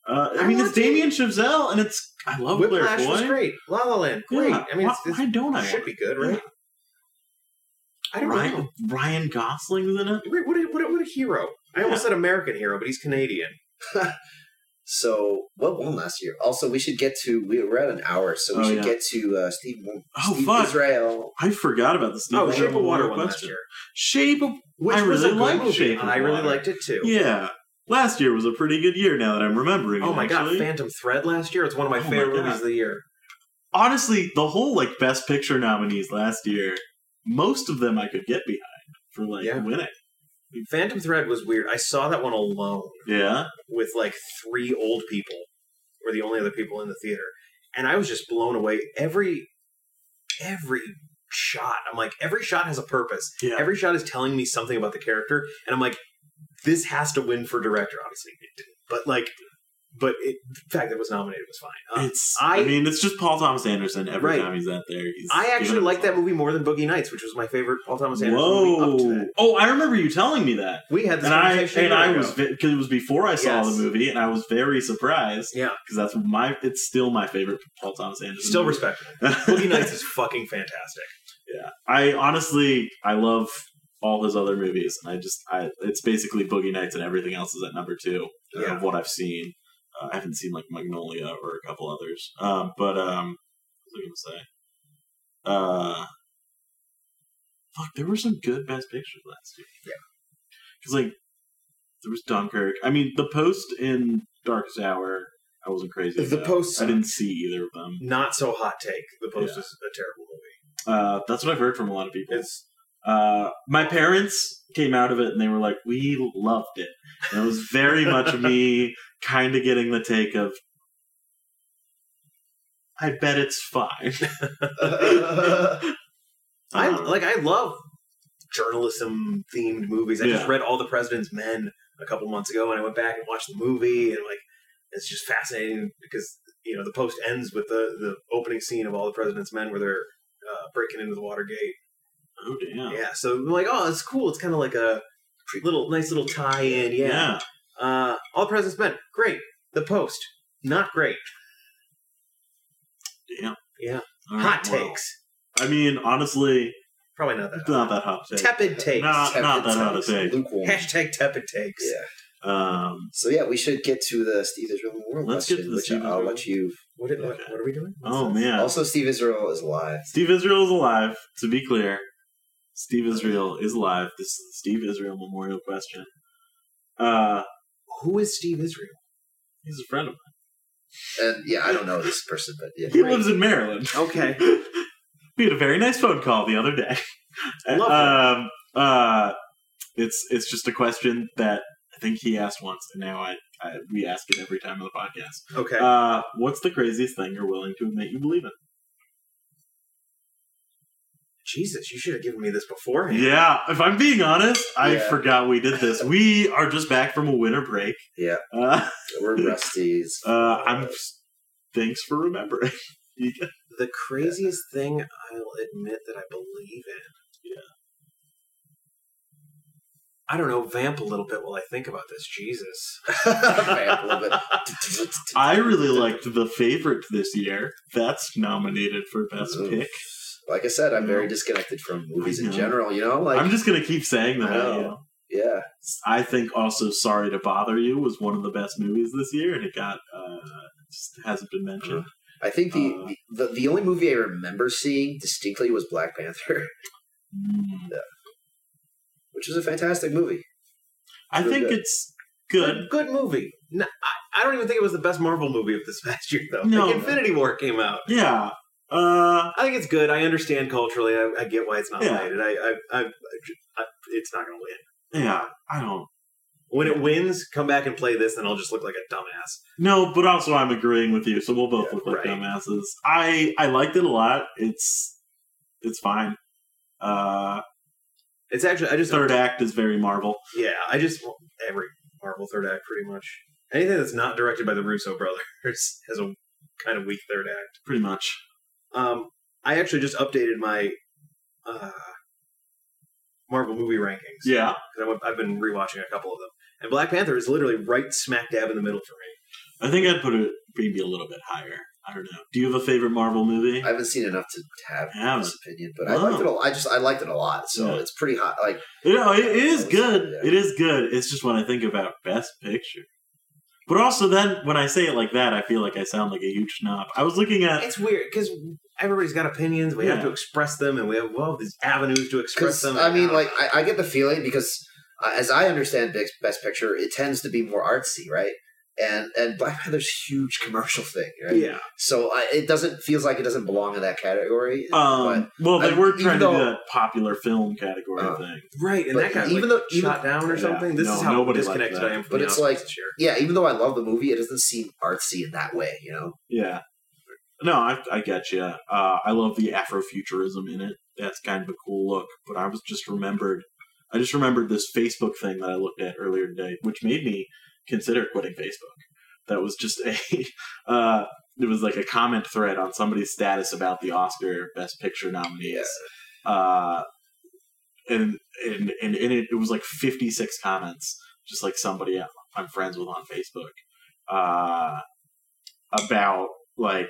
Speaker 2: Uh, I,
Speaker 3: I
Speaker 2: mean,
Speaker 3: want
Speaker 2: it's Damien Chazelle, and it's I love
Speaker 3: Whiplash
Speaker 2: Blair
Speaker 3: was
Speaker 2: Foy.
Speaker 3: great. La La Land, great.
Speaker 2: Yeah.
Speaker 3: I mean,
Speaker 2: why,
Speaker 3: it's, it's,
Speaker 2: why don't I?
Speaker 3: it should
Speaker 2: want
Speaker 3: be good,
Speaker 2: Yeah.
Speaker 3: right? I
Speaker 2: it?
Speaker 3: don't know.
Speaker 2: Ryan, Ryan Gosling's in it.
Speaker 3: Wait, What a, what a, what a hero. I almost said American hero, but he's Canadian.
Speaker 1: so what won last year? Also, we should get to. We were at an hour, so we
Speaker 2: Oh,
Speaker 1: should
Speaker 2: yeah.
Speaker 1: get to uh, Steve.
Speaker 2: Oh,
Speaker 1: Steve
Speaker 2: fuck.
Speaker 1: Israel.
Speaker 2: I forgot about this.
Speaker 3: Oh, Shape of Water won
Speaker 2: question.
Speaker 3: last year.
Speaker 2: Shape of
Speaker 3: Which
Speaker 2: I
Speaker 3: was a
Speaker 2: really
Speaker 3: good
Speaker 2: liked
Speaker 3: movie.
Speaker 2: Shape of
Speaker 3: I really
Speaker 2: Water.
Speaker 3: liked it too.
Speaker 2: yeah. Last year was a pretty good year. Now that I'm remembering.
Speaker 3: Oh
Speaker 2: it,
Speaker 3: my
Speaker 2: actually.
Speaker 3: god, Phantom Thread last year. It's one of my
Speaker 2: Oh my
Speaker 3: favorite
Speaker 2: God.
Speaker 3: movies of the year.
Speaker 2: Honestly, the whole like Best Picture nominees last year, most of them I could get behind for like
Speaker 3: Yeah.
Speaker 2: winning.
Speaker 3: Phantom Thread was weird. I saw that one alone
Speaker 2: Yeah.
Speaker 3: with like three old people, were the only other people in the theater, and I was just blown away. Every every shot, I'm like, every shot has a purpose.
Speaker 2: Yeah.
Speaker 3: Every shot is telling me something about the character, and I'm like, this has to win for director. Obviously, it didn't, but like, but it, the fact that it was nominated was fine. Um,
Speaker 2: It's. I,
Speaker 3: I-
Speaker 2: mean, it's just Paul Thomas Anderson. Every
Speaker 3: Right.
Speaker 2: time he's out there, he's.
Speaker 3: I actually
Speaker 2: giving
Speaker 3: like that
Speaker 2: himself-
Speaker 3: movie more than Boogie Nights, which was my favorite Paul Thomas Anderson movie up to
Speaker 2: Whoa!
Speaker 3: that.
Speaker 2: Oh, I remember you telling me that,
Speaker 3: We had this
Speaker 2: and I
Speaker 3: conversation. a
Speaker 2: and
Speaker 3: year
Speaker 2: I
Speaker 3: ago.
Speaker 2: was because it was before I saw
Speaker 3: Yes.
Speaker 2: the movie, and I was very surprised
Speaker 3: yeah,
Speaker 2: because that's my. It's still my favorite Paul Thomas Anderson.
Speaker 3: still
Speaker 2: movie.
Speaker 3: respectable. Boogie Nights is fucking fantastic.
Speaker 2: yeah, I honestly I love all his other movies, and I just I it's basically Boogie Nights and everything else is at number two uh,
Speaker 3: Yeah.
Speaker 2: of what I've seen. Uh, I haven't seen like Magnolia or a couple others, um, but um, what was I gonna say? Uh, fuck, there were some good Best Pictures last year.
Speaker 1: Yeah.
Speaker 2: because like there was Dunkirk. I mean, the post in Darkest Hour. I wasn't crazy.
Speaker 3: The
Speaker 2: about.
Speaker 3: Post
Speaker 2: I didn't see either of them.
Speaker 3: Not so hot take. The Post
Speaker 2: Yeah.
Speaker 3: is a terrible movie.
Speaker 2: Uh, that's what I've heard from a lot of people.
Speaker 3: It's
Speaker 2: Uh, my parents came out of it and they were like, "We loved it." And it was very much me kind of getting the take of, "I bet it's fine."
Speaker 3: I
Speaker 2: Uh,
Speaker 3: like I love journalism themed movies. I just
Speaker 2: Yeah.
Speaker 3: read All the President's Men a couple months ago, and I went back and watched the movie, and like it's just fascinating because you know the post ends with the the opening scene of All the President's Men where they're uh, breaking into the Watergate.
Speaker 2: oh damn.
Speaker 3: Yeah, so I'm like oh, it's cool. It's kind of like a little nice little tie in. Yeah.
Speaker 2: Yeah.
Speaker 3: Uh, All the President's Men, great. The Post, not great.
Speaker 2: Damn.
Speaker 3: Yeah.
Speaker 2: All
Speaker 3: Hot
Speaker 2: right, well,
Speaker 3: takes,
Speaker 2: I mean, honestly,
Speaker 3: probably not that.
Speaker 2: it's not that hot take.
Speaker 3: Tepid takes.
Speaker 2: Not- not that hot a take.
Speaker 1: Lukewarm.
Speaker 3: Hashtag tepid takes.
Speaker 1: Yeah.
Speaker 2: Um,
Speaker 1: So yeah, we should get to the Steve Israel Memorial
Speaker 2: Let's get
Speaker 1: question,
Speaker 2: to the
Speaker 1: which
Speaker 2: Steve
Speaker 1: I'll
Speaker 2: Israel.
Speaker 1: let you.
Speaker 3: What, did, what,
Speaker 2: Okay.
Speaker 3: what are we doing? What's
Speaker 2: oh
Speaker 3: this?
Speaker 2: man,
Speaker 1: Also, Steve Israel is alive.
Speaker 2: Steve Israel is alive. To be clear, Steve Israel is alive. This is the Steve Israel memorial question. Uh,
Speaker 3: Who is Steve Israel?
Speaker 2: he's a friend of mine.
Speaker 1: And yeah, I don't know this person, but yeah.
Speaker 2: He lives in Maryland.
Speaker 3: Okay.
Speaker 2: we had a very nice phone call the other day.
Speaker 3: Lovely.
Speaker 2: Um, uh, it's it's just a question that I think he asked once, and now I, I we ask it every time on the podcast.
Speaker 3: Okay.
Speaker 2: Uh, what's the craziest thing you're willing to admit you believe in?
Speaker 3: Jesus, you should have given me this beforehand.
Speaker 2: Yeah, if I'm being honest, I
Speaker 1: Yeah.
Speaker 2: forgot we did this. We are just back from a winter break.
Speaker 1: Yeah,
Speaker 2: Uh,
Speaker 1: we're rusties.
Speaker 2: uh, I'm thanks for remembering.
Speaker 3: The craziest thing I'll admit that I believe in.
Speaker 2: Yeah.
Speaker 3: I don't know, vamp a little bit while I think about this. Jesus.
Speaker 1: Vamp a little bit.
Speaker 2: I really liked the favorite this year. That's nominated for best pick.
Speaker 1: Like I said, I'm
Speaker 2: No.
Speaker 1: very disconnected from movies in
Speaker 2: know.
Speaker 1: general. You know, like
Speaker 2: I'm just gonna keep saying that.
Speaker 1: I know.
Speaker 2: you know.
Speaker 1: yeah,
Speaker 2: I think also "Sorry to Bother You" was one of the best movies this year, and it got uh, just hasn't been mentioned.
Speaker 1: I think the,
Speaker 2: Uh,
Speaker 1: the the only movie I remember seeing distinctly was Black Panther,
Speaker 2: Mm.
Speaker 1: which is a fantastic movie.
Speaker 2: I
Speaker 1: Really
Speaker 2: think
Speaker 1: good.
Speaker 2: it's good.
Speaker 3: Good movie. No, I, I don't even think it was the best Marvel movie of this past year, though.
Speaker 2: No.
Speaker 3: Like, Infinity War came out.
Speaker 2: Yeah. Uh,
Speaker 3: I think it's good. I understand culturally. I, I get why it's not
Speaker 2: Yeah.
Speaker 3: nominated. I, I, I, I, it's not going to win.
Speaker 2: yeah. I don't.
Speaker 3: When it wins, come back and play this, and I'll just look like a dumbass.
Speaker 2: No, but also I'm agreeing with you, so we'll both
Speaker 1: Yeah,
Speaker 2: look like
Speaker 3: right.
Speaker 2: dumbasses. I I liked it a lot. It's it's fine. Uh,
Speaker 3: It's actually I just
Speaker 2: third act is very Marvel.
Speaker 3: Yeah, I just well, every Marvel third act pretty much. Anything that's not directed by the Russo brothers has a kind of weak third act.
Speaker 2: pretty much.
Speaker 3: Um, I actually just updated my uh, Marvel movie rankings.
Speaker 2: Yeah,
Speaker 3: 'Cause I went- I've been rewatching a couple of them, and Black Panther is literally right smack dab in the middle for me.
Speaker 2: I think I'd put it maybe a little bit higher. I don't know. Do you have a favorite Marvel movie?
Speaker 1: I haven't seen enough to have
Speaker 2: Haven't.
Speaker 1: this opinion, but I
Speaker 2: Wow.
Speaker 1: liked it. A, I just I liked it a lot, so
Speaker 2: Yeah.
Speaker 1: it's pretty hot. Like
Speaker 2: You know, it is
Speaker 1: Yeah.
Speaker 2: good. It is good. It's just when I think about Best Picture. But also, then when I say it like that, I feel like I sound like a huge snob. I was looking at
Speaker 3: It's weird because everybody's got opinions. We
Speaker 2: Yeah.
Speaker 3: have to express them, and we have well these avenues to
Speaker 1: because
Speaker 3: express them.
Speaker 1: I mean,
Speaker 3: don't
Speaker 1: like
Speaker 3: know.
Speaker 1: I, I get the feeling because uh, as I understand Best, Best Picture, it tends to be more artsy, right? And and Black Panther's huge commercial thing, right?
Speaker 3: yeah,
Speaker 1: So I, it doesn't feels like it doesn't belong in that category.
Speaker 2: um, well, they
Speaker 1: I-
Speaker 2: were
Speaker 1: even
Speaker 2: trying to do
Speaker 1: though-
Speaker 2: that popular film category
Speaker 1: Uh,
Speaker 2: thing.
Speaker 3: right. And
Speaker 1: But
Speaker 3: that guy
Speaker 1: even
Speaker 3: even
Speaker 1: though-
Speaker 3: though,
Speaker 1: even-
Speaker 3: shot down or
Speaker 2: Yeah.
Speaker 3: something. This
Speaker 2: No,
Speaker 3: is how
Speaker 2: nobody liked
Speaker 3: disconnected
Speaker 2: that.
Speaker 3: I am from
Speaker 1: But
Speaker 3: the
Speaker 1: it's
Speaker 3: Oscars
Speaker 1: like-
Speaker 3: this year.
Speaker 1: yeah, even though I love the movie, it doesn't seem artsy in that way, you know.
Speaker 2: Yeah. No, I, I get you. Uh, I love the Afrofuturism in it. That's kind of a cool look. But I was just remembered. I just remembered this Facebook thing that I looked at earlier today, which made me consider quitting Facebook. That was just a. Uh, it was like a comment thread on somebody's status about the Oscar Best Picture nominees. Uh, and, and and in it, it was like 56 comments, just like somebody I'm- I'm friends with on Facebook. Uh, about like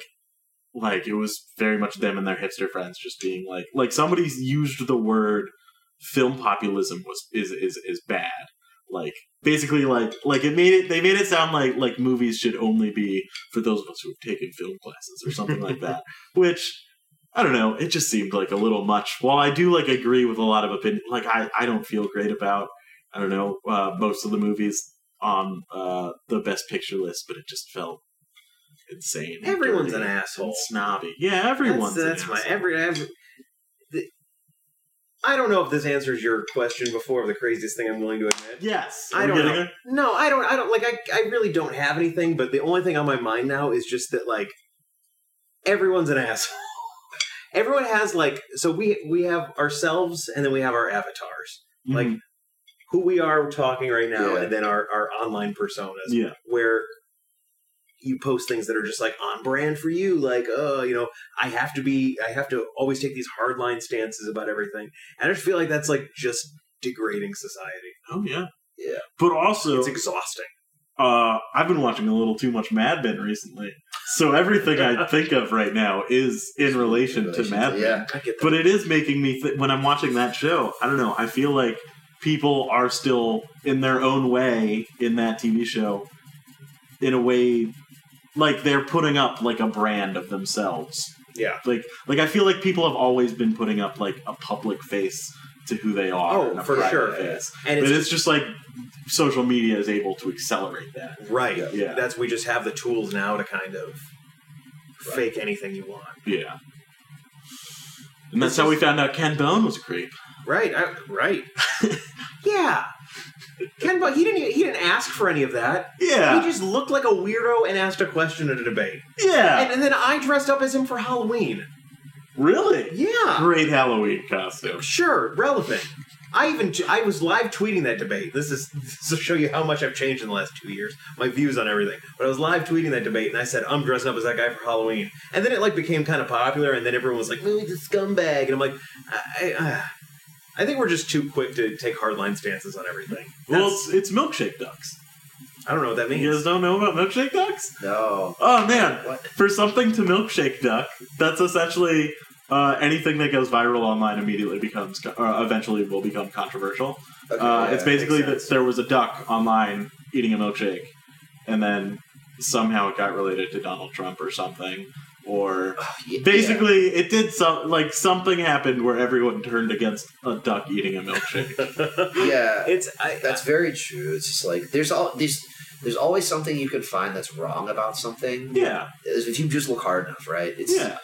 Speaker 2: like it was very much them and their hipster friends just being like like somebody's used the word film populism was is is is bad like basically like like it made it they made it sound like like movies should only be for those of us who have taken film classes or something like that which i don't know it just seemed like a little much while i do like agree with a lot of opinion like i i don't feel great about i don't know uh most of the movies on uh the best picture list but it just felt insane and
Speaker 3: Everyone's
Speaker 2: dirty
Speaker 3: an asshole.
Speaker 2: and snobby. Yeah, everyone's
Speaker 3: That's,
Speaker 2: an
Speaker 3: that's my
Speaker 2: asshole.
Speaker 3: every. every the, I don't know if this answers your question before of the craziest thing I'm willing to admit.
Speaker 2: yes, Are
Speaker 3: I
Speaker 2: we
Speaker 3: don't
Speaker 2: getting
Speaker 3: know.
Speaker 2: there?
Speaker 3: No, I don't. I don't like. I I really don't have anything. But the only thing on my mind now is just that like everyone's an asshole. Everyone has like so we we have ourselves and then we have our avatars, Like-
Speaker 2: Mhm.
Speaker 3: who we are talking right now,
Speaker 1: Yeah.
Speaker 3: and then our our online personas
Speaker 2: yeah,
Speaker 3: where you post things that are just like on brand for you like uh you know i have to be i have to always take these hardline stances about everything and i just feel like that's like just degrading society
Speaker 2: oh yeah,
Speaker 1: Yeah.
Speaker 2: But also,
Speaker 3: it's exhausting
Speaker 2: uh, I've been watching a little too much Mad Men recently, so everything I think of right now is in relation, to Mad Men.
Speaker 1: yeah.
Speaker 3: i get that
Speaker 2: But it is making me th- when I'm watching that show. I don't know. I feel like people are still in their own way in that TV show, in a way, like they're putting up like a brand of themselves
Speaker 3: yeah
Speaker 2: like like I feel like people have always been putting up like a public face to who they are.
Speaker 3: Oh,
Speaker 2: and a
Speaker 3: for
Speaker 2: private
Speaker 3: sure.
Speaker 2: face.
Speaker 3: and
Speaker 2: But
Speaker 3: it's,
Speaker 2: it's, just like social media is able to accelerate that.
Speaker 3: right
Speaker 2: Yeah.
Speaker 3: that's we just have the tools now to kind of fake anything you want
Speaker 2: Yeah. And that's how we found out Ken Bone was a creep.
Speaker 3: right I, right yeah ken but he didn't even- he didn't ask for any of that
Speaker 2: Yeah.
Speaker 3: he just looked like a weirdo and asked a question at a debate
Speaker 2: yeah.
Speaker 3: and, and then i dressed up as him for halloween
Speaker 2: really?
Speaker 3: Yeah,
Speaker 2: Great Halloween costume.
Speaker 3: sure, relevant. I even I was live tweeting that debate. This is this will show you how much I've changed in the last two years, my views on everything. But I was live tweeting that debate, and I said I'm dressing up as that guy for Halloween, and then it like became kind of popular, and then everyone was like, "Louis the scumbag," and I'm like, I, I, uh, I think we're just too quick to take hardline stances on everything.
Speaker 2: Well,
Speaker 3: That's-
Speaker 2: it's, it's milkshake ducks.
Speaker 3: I don't know what that means.
Speaker 2: You guys don't know about milkshake ducks?
Speaker 1: No.
Speaker 2: Oh man,
Speaker 1: What?
Speaker 2: for something to milkshake duck, that's essentially Uh, anything that goes viral online immediately becomes, or eventually will become controversial.
Speaker 1: Okay,
Speaker 2: uh,
Speaker 1: yeah,
Speaker 2: it's basically
Speaker 1: makes
Speaker 2: that
Speaker 1: sense.
Speaker 2: there was a duck online eating a milkshake, and then somehow it got related to Donald Trump or something. Or
Speaker 1: Yeah.
Speaker 2: basically, it did some like something happened where everyone turned against a duck eating a milkshake.
Speaker 1: yeah.
Speaker 3: It's I,
Speaker 1: That's very true. It's just like there's all these. There's always something you can find that's wrong about something.
Speaker 2: yeah,
Speaker 1: If you just look hard enough, right? It's,
Speaker 2: yeah.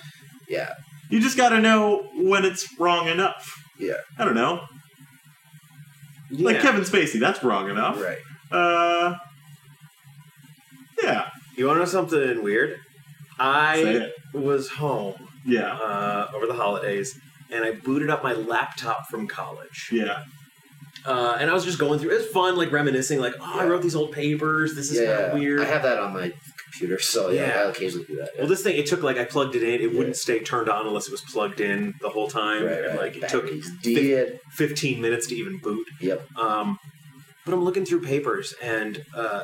Speaker 1: Yeah.
Speaker 2: You just got to know when it's wrong enough.
Speaker 1: Yeah.
Speaker 2: I don't know.
Speaker 3: yeah.
Speaker 2: Like Kevin Spacey, that's wrong enough.
Speaker 1: Right.
Speaker 2: Uh, yeah.
Speaker 3: you want to know something weird?
Speaker 2: Say
Speaker 3: I
Speaker 2: it.
Speaker 3: was home
Speaker 2: Yeah.
Speaker 3: uh, over the holidays and I booted up my laptop from college.
Speaker 2: Yeah.
Speaker 3: Uh, and I was just going through. It was fun, like reminiscing, like, oh, I wrote these old papers. This is kind
Speaker 1: yeah.
Speaker 3: of weird.
Speaker 1: I have that on my computer, so yeah,
Speaker 3: Yeah.
Speaker 1: I occasionally do that. yeah.
Speaker 3: well, this thing, it took like I plugged it in. It
Speaker 1: Yeah.
Speaker 3: wouldn't stay turned on unless it was plugged in the whole time.
Speaker 1: right,
Speaker 3: and,
Speaker 1: right.
Speaker 3: like it took
Speaker 1: Batteries. Did
Speaker 3: 15 minutes to even boot.
Speaker 1: Yep.
Speaker 3: Um, but I'm looking through papers, and uh,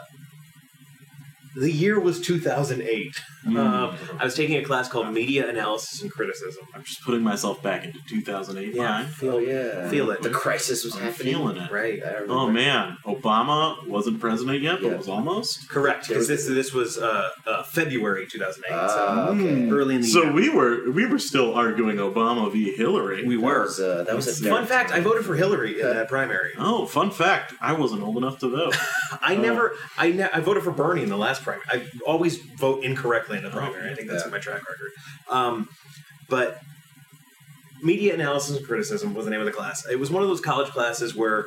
Speaker 3: the year was 2008. Um, I was taking a class called Media Analysis and Criticism.
Speaker 2: I'm just putting myself back into 2008.
Speaker 3: Yeah,
Speaker 2: Yeah.
Speaker 1: oh
Speaker 3: feel,
Speaker 1: yeah,
Speaker 3: feel it.
Speaker 1: The crisis was
Speaker 2: I'm
Speaker 1: happening.
Speaker 2: feeling it.
Speaker 3: right.
Speaker 1: I remember.
Speaker 2: Oh man, Obama wasn't president yet, but
Speaker 1: Yeah.
Speaker 2: was almost.
Speaker 3: Correct, because this this was uh, uh, February 2008,
Speaker 1: Ah,
Speaker 3: so
Speaker 1: okay.
Speaker 2: Mm.
Speaker 3: early in the
Speaker 2: So
Speaker 3: year.
Speaker 2: we were we were still arguing Obama v Hillary.
Speaker 3: we
Speaker 1: That
Speaker 3: were.
Speaker 1: was, uh, that was a
Speaker 2: Yeah.
Speaker 3: Fun fact: I voted for Hillary in
Speaker 1: Uh,
Speaker 3: that primary.
Speaker 2: oh, fun fact! I wasn't old enough to vote.
Speaker 3: I
Speaker 1: Oh.
Speaker 3: never, I ne- I voted for Bernie in the last primary. I always vote incorrectly in the primary. I think that's
Speaker 1: Oh, Yeah.
Speaker 3: my track record. Um, but media analysis and criticism was the name of the class. It was one of those college classes where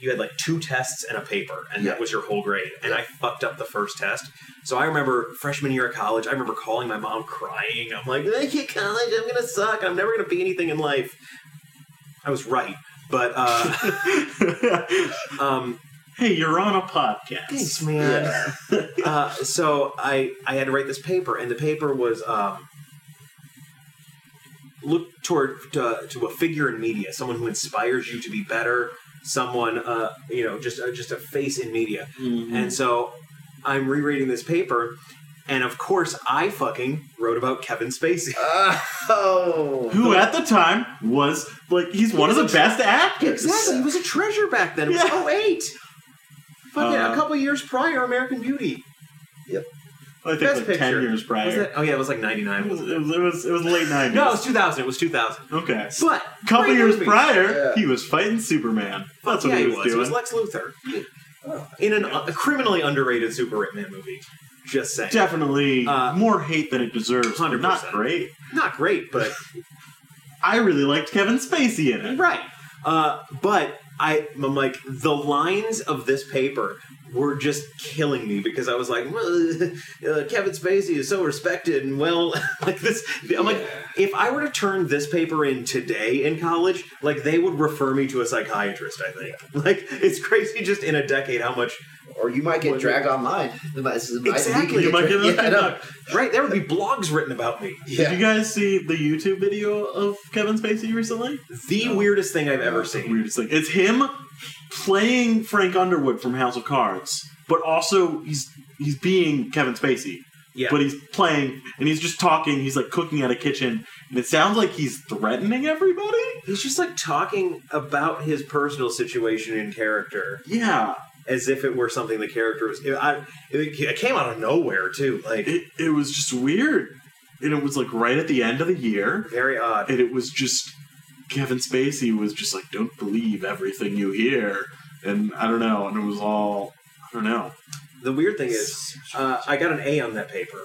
Speaker 3: you had like two tests and a paper, and
Speaker 1: Yeah.
Speaker 3: that was your whole grade. And I fucked up the first test. So I remember freshman year of college. I remember calling my mom crying. I'm like, "I hate college. I'm gonna suck. I'm never gonna be anything in life." I was right, but uh, um,
Speaker 2: hey, you're on a podcast.
Speaker 3: thanks, man.
Speaker 1: Yeah.
Speaker 3: uh, so I I had to write this paper, and the paper was um, look toward to, to a figure in media, someone who inspires you to be better, someone uh, you know, just uh, just a face in media.
Speaker 2: Mhm.
Speaker 3: And so I'm rereading this paper, and of course I fucking wrote about Kevin Spacey.
Speaker 1: Oh.
Speaker 2: who at the time was like he's one of the best actors.
Speaker 3: Exactly, he was a treasure back then. It was
Speaker 2: Yeah.
Speaker 3: 08. Fucking
Speaker 2: Uh,
Speaker 3: a couple years prior, American Beauty.
Speaker 2: I think
Speaker 3: Best
Speaker 2: like ten
Speaker 3: picture.
Speaker 2: years prior.
Speaker 3: Was that? Oh yeah, it was like
Speaker 2: It
Speaker 3: 99.
Speaker 2: was,
Speaker 3: Wasn't it?
Speaker 2: it was it was, it was late nineties.
Speaker 3: No, it was 2000. It was 2000.
Speaker 2: okay.
Speaker 3: But
Speaker 2: couple
Speaker 3: great
Speaker 2: years
Speaker 3: movie.
Speaker 2: prior,
Speaker 1: Yeah.
Speaker 2: he was fighting Superman. That's what
Speaker 3: yeah,
Speaker 2: he was,
Speaker 3: He
Speaker 2: doing.
Speaker 3: was Lex Luthor
Speaker 1: Oh.
Speaker 3: in an, uh, a criminally underrated Superman movie. Just saying,
Speaker 2: Definitely
Speaker 3: Uh,
Speaker 2: more hate than it deserves. but Not
Speaker 3: 100%.
Speaker 2: great.
Speaker 3: not great, but
Speaker 2: I really liked Kevin Spacey in it.
Speaker 3: right. Uh, but I, I'm like the lines of this paper were just killing me because I was like, "Well, uh, Kevin Spacey is so respected and well, like this. I'm like, if I were to turn this paper in today in college, like they would refer me to a psychiatrist. I think, like it's crazy just in a decade how much
Speaker 1: Or you might get dragged online.
Speaker 3: Exactly.
Speaker 2: You might get
Speaker 1: yeah, I know.
Speaker 2: another
Speaker 3: right there would be blogs written about me.
Speaker 1: Yeah.
Speaker 2: Did you guys see the YouTube video of Kevin Spacey recently?
Speaker 3: The weirdest thing I've ever
Speaker 2: It's the
Speaker 3: seen.
Speaker 2: weirdest thing. It's him playing Frank Underwood from House of Cards, but also he's he's being Kevin Spacey.
Speaker 3: Yeah.
Speaker 2: But he's playing and he's just talking. He's like cooking at a kitchen, and it sounds like he's threatening everybody.
Speaker 3: He's just like talking about his personal situation and character
Speaker 2: Yeah,
Speaker 3: as if it were something the character was. It, I, it, it came out of nowhere too, like
Speaker 2: it it was just weird, and it was like right at the end of the year,
Speaker 3: very odd.
Speaker 2: and it was just Kevin Spacey was just like, "Don't believe everything you hear," and I don't know, and it was all I don't know.
Speaker 3: The weird thing is, uh, I got an A on that paper.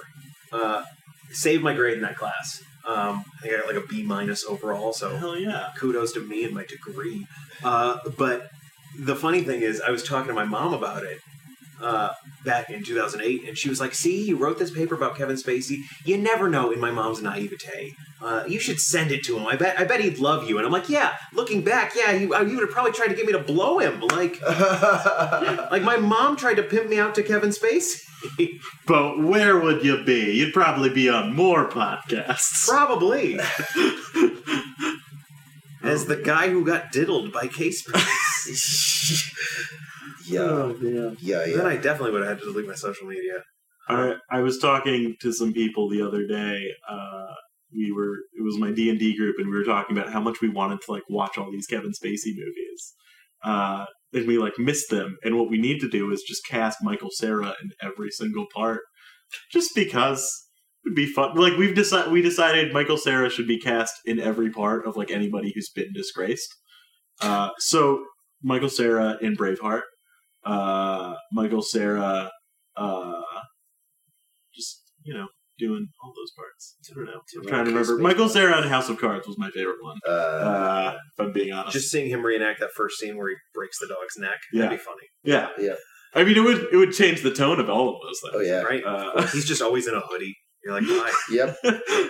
Speaker 3: Uh, saved my grade in that class. Um, I think I got like a B minus overall. So
Speaker 2: Hell yeah.
Speaker 3: kudos to me and my degree. Uh, but the funny thing is, I was talking to my mom about it uh, back in 2008, and she was like, "See, you wrote this paper about Kevin Spacey. You never know." In my mom's naivete, uh, you should send it to him. I bet, I bet he'd love you. And I'm like, "Yeah." Looking back, yeah, you, uh, you would have probably tried to get me to blow him. Like, like my mom tried to pimp me out to Kevin Spacey.
Speaker 2: But where would you be? You'd probably be on more podcasts.
Speaker 3: Probably. As the guy who got diddled by Case Spacey.
Speaker 1: yeah.
Speaker 2: yeah.
Speaker 1: Yeah.
Speaker 3: Then
Speaker 1: Yeah.
Speaker 3: I definitely would have had to delete my social media.
Speaker 2: I, I was talking to some people the other day uh, we were it was my D and D group, and we were talking about how much we wanted to like watch all these Kevin Spacey movies, uh, and we like missed them. And what we need to do is just cast Michael Sarah in every single part, just because it would be fun. Like we've decided, we decided Michael Sarah should be cast in every part of like anybody who's been disgraced. Uh, so Michael Sarah in Braveheart, uh, Michael Sarah, uh, just you know doing all those parts. I don't know. I'm trying to remember. Michael Sarah in House of Cards was my favorite one.
Speaker 1: Uh,
Speaker 2: Uh, if I'm being honest,
Speaker 3: Just seeing him reenact that first scene where he breaks the dog's neck, that'd be funny,
Speaker 2: yeah,
Speaker 1: Yeah.
Speaker 2: I mean, it would it would change the tone of all of those
Speaker 1: oh
Speaker 2: things.
Speaker 1: yeah.
Speaker 3: right?
Speaker 2: Uh,
Speaker 3: He's just always in a hoodie. You're like, why?
Speaker 1: Yep.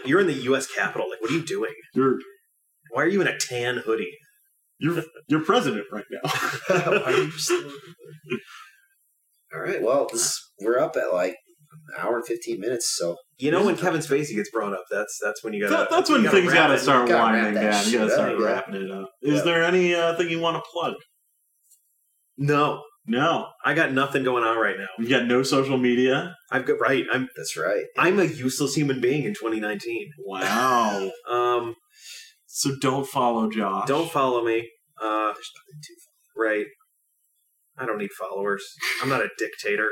Speaker 3: You're in the U.S. Capitol. Like, what are you doing?
Speaker 2: you're
Speaker 3: Why are you in a tan hoodie?
Speaker 2: you're you're president right now.
Speaker 1: Why are you still- All right. Well, this, we're up at like an hour and fifteen minutes, so
Speaker 3: You know, when Kevin Spacey gets brought up, that's that's when you gotta.
Speaker 2: That- that's when
Speaker 3: you gotta
Speaker 2: things
Speaker 3: wrap
Speaker 2: gotta
Speaker 3: it.
Speaker 2: start
Speaker 1: Gotta wrap
Speaker 2: winding
Speaker 1: that
Speaker 2: down. You
Speaker 1: shit
Speaker 2: gotta start
Speaker 1: up, yeah.
Speaker 2: wrapping it up. Is
Speaker 1: Yeah.
Speaker 2: there any uh, thing you want to plug?
Speaker 3: No,
Speaker 2: No,
Speaker 3: I got nothing going on right now.
Speaker 2: we've got no social media.
Speaker 3: I've got right. I'm
Speaker 1: that's right.
Speaker 3: I'm a useless human being in 2019.
Speaker 2: Wow.
Speaker 3: Um,
Speaker 2: so don't follow Josh.
Speaker 3: don't follow me. Uh,
Speaker 1: There's nothing to
Speaker 3: right. I don't need followers. I'm not a dictator.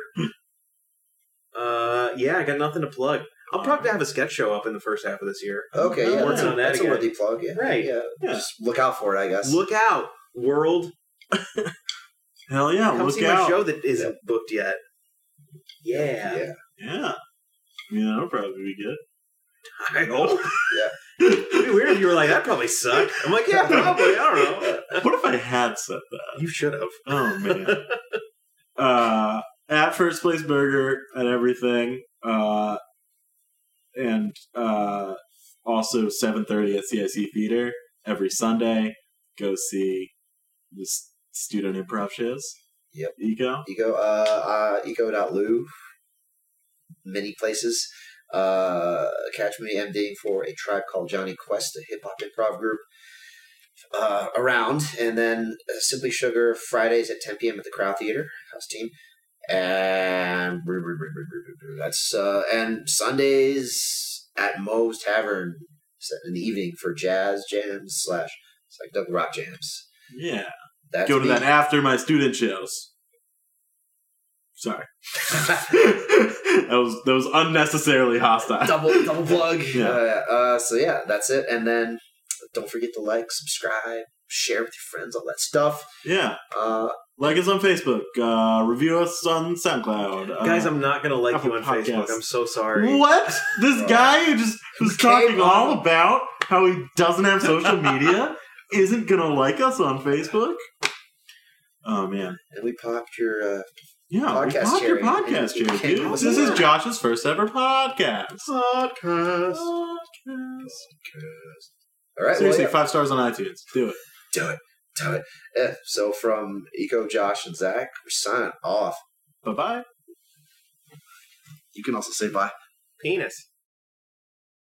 Speaker 3: uh, yeah, I got nothing to plug. I'll probably have a sketch show up in the first half of this year.
Speaker 1: Okay, yeah,
Speaker 2: Working
Speaker 1: that's, a,
Speaker 3: on that
Speaker 1: that's a
Speaker 3: again.
Speaker 1: worthy plug. Yeah,
Speaker 3: Right.
Speaker 1: Yeah.
Speaker 2: Yeah.
Speaker 1: just look out for it, I guess.
Speaker 3: Look out, world!
Speaker 2: Hell yeah!
Speaker 3: Come
Speaker 2: look
Speaker 3: see
Speaker 2: out.
Speaker 3: my show that isn't booked yet. Yeah,
Speaker 1: yeah,
Speaker 2: Yeah. Yeah, that'll probably be good.
Speaker 3: I hope.
Speaker 1: Yeah.
Speaker 3: It'd be weird if you were like, that probably sucked. I'm like, yeah, probably. I don't know.
Speaker 2: What if I had said that?
Speaker 3: You should have.
Speaker 2: Oh man. uh at first place burger and everything. Uh and uh also seven thirty at CIC Theater every Sunday. Go see the s- student improv shows.
Speaker 1: Yep.
Speaker 2: Eco.
Speaker 1: Eco, uh, uh, eco.lu, many places. Uh, catch me MDing for a tribe called Johnny Quest, a hip hop improv group. Uh, around and then uh, Simply Sugar Fridays at 10 p.m. at the Crow Theater House Team, and that's uh, and Sundays at Moe's Tavern in the evening for jazz jams slash psychedelic rock jams.
Speaker 2: Yeah.
Speaker 1: That's
Speaker 2: Go to
Speaker 1: me.
Speaker 2: that after my student shows. Sorry. that was that was unnecessarily hostile.
Speaker 1: double double plug.
Speaker 2: Yeah.
Speaker 1: Uh, uh, so yeah, that's it. And then don't forget to like, subscribe, share with your friends, all that stuff.
Speaker 2: Yeah.
Speaker 1: Uh,
Speaker 2: Like us on Facebook. Uh, review us on SoundCloud. Uh,
Speaker 3: Guys, I'm not going to like
Speaker 2: Apple
Speaker 3: you on
Speaker 2: Podcasts.
Speaker 3: Facebook. I'm so sorry.
Speaker 2: what? This guy who just was
Speaker 1: Came
Speaker 2: talking
Speaker 1: on.
Speaker 2: all about how he doesn't have social media isn't gonna like us on Facebook. Oh man,
Speaker 1: and we popped your. Uh,
Speaker 2: yeah, we
Speaker 1: Podcast
Speaker 2: popped your
Speaker 1: sharing.
Speaker 2: podcast,
Speaker 1: You
Speaker 2: Jared,
Speaker 1: can't
Speaker 2: dude.
Speaker 1: do it
Speaker 2: This is
Speaker 1: alone.
Speaker 2: Josh's first ever podcast.
Speaker 3: Podcast.
Speaker 2: Podcast.
Speaker 1: all right, well,
Speaker 2: Seriously,
Speaker 1: yeah.
Speaker 2: five stars on iTunes. Do it.
Speaker 1: do it, do it. Yeah. So from Eco, Josh, and Zach, we're signing off.
Speaker 2: Bye bye.
Speaker 1: You can also say bye.
Speaker 3: Penis.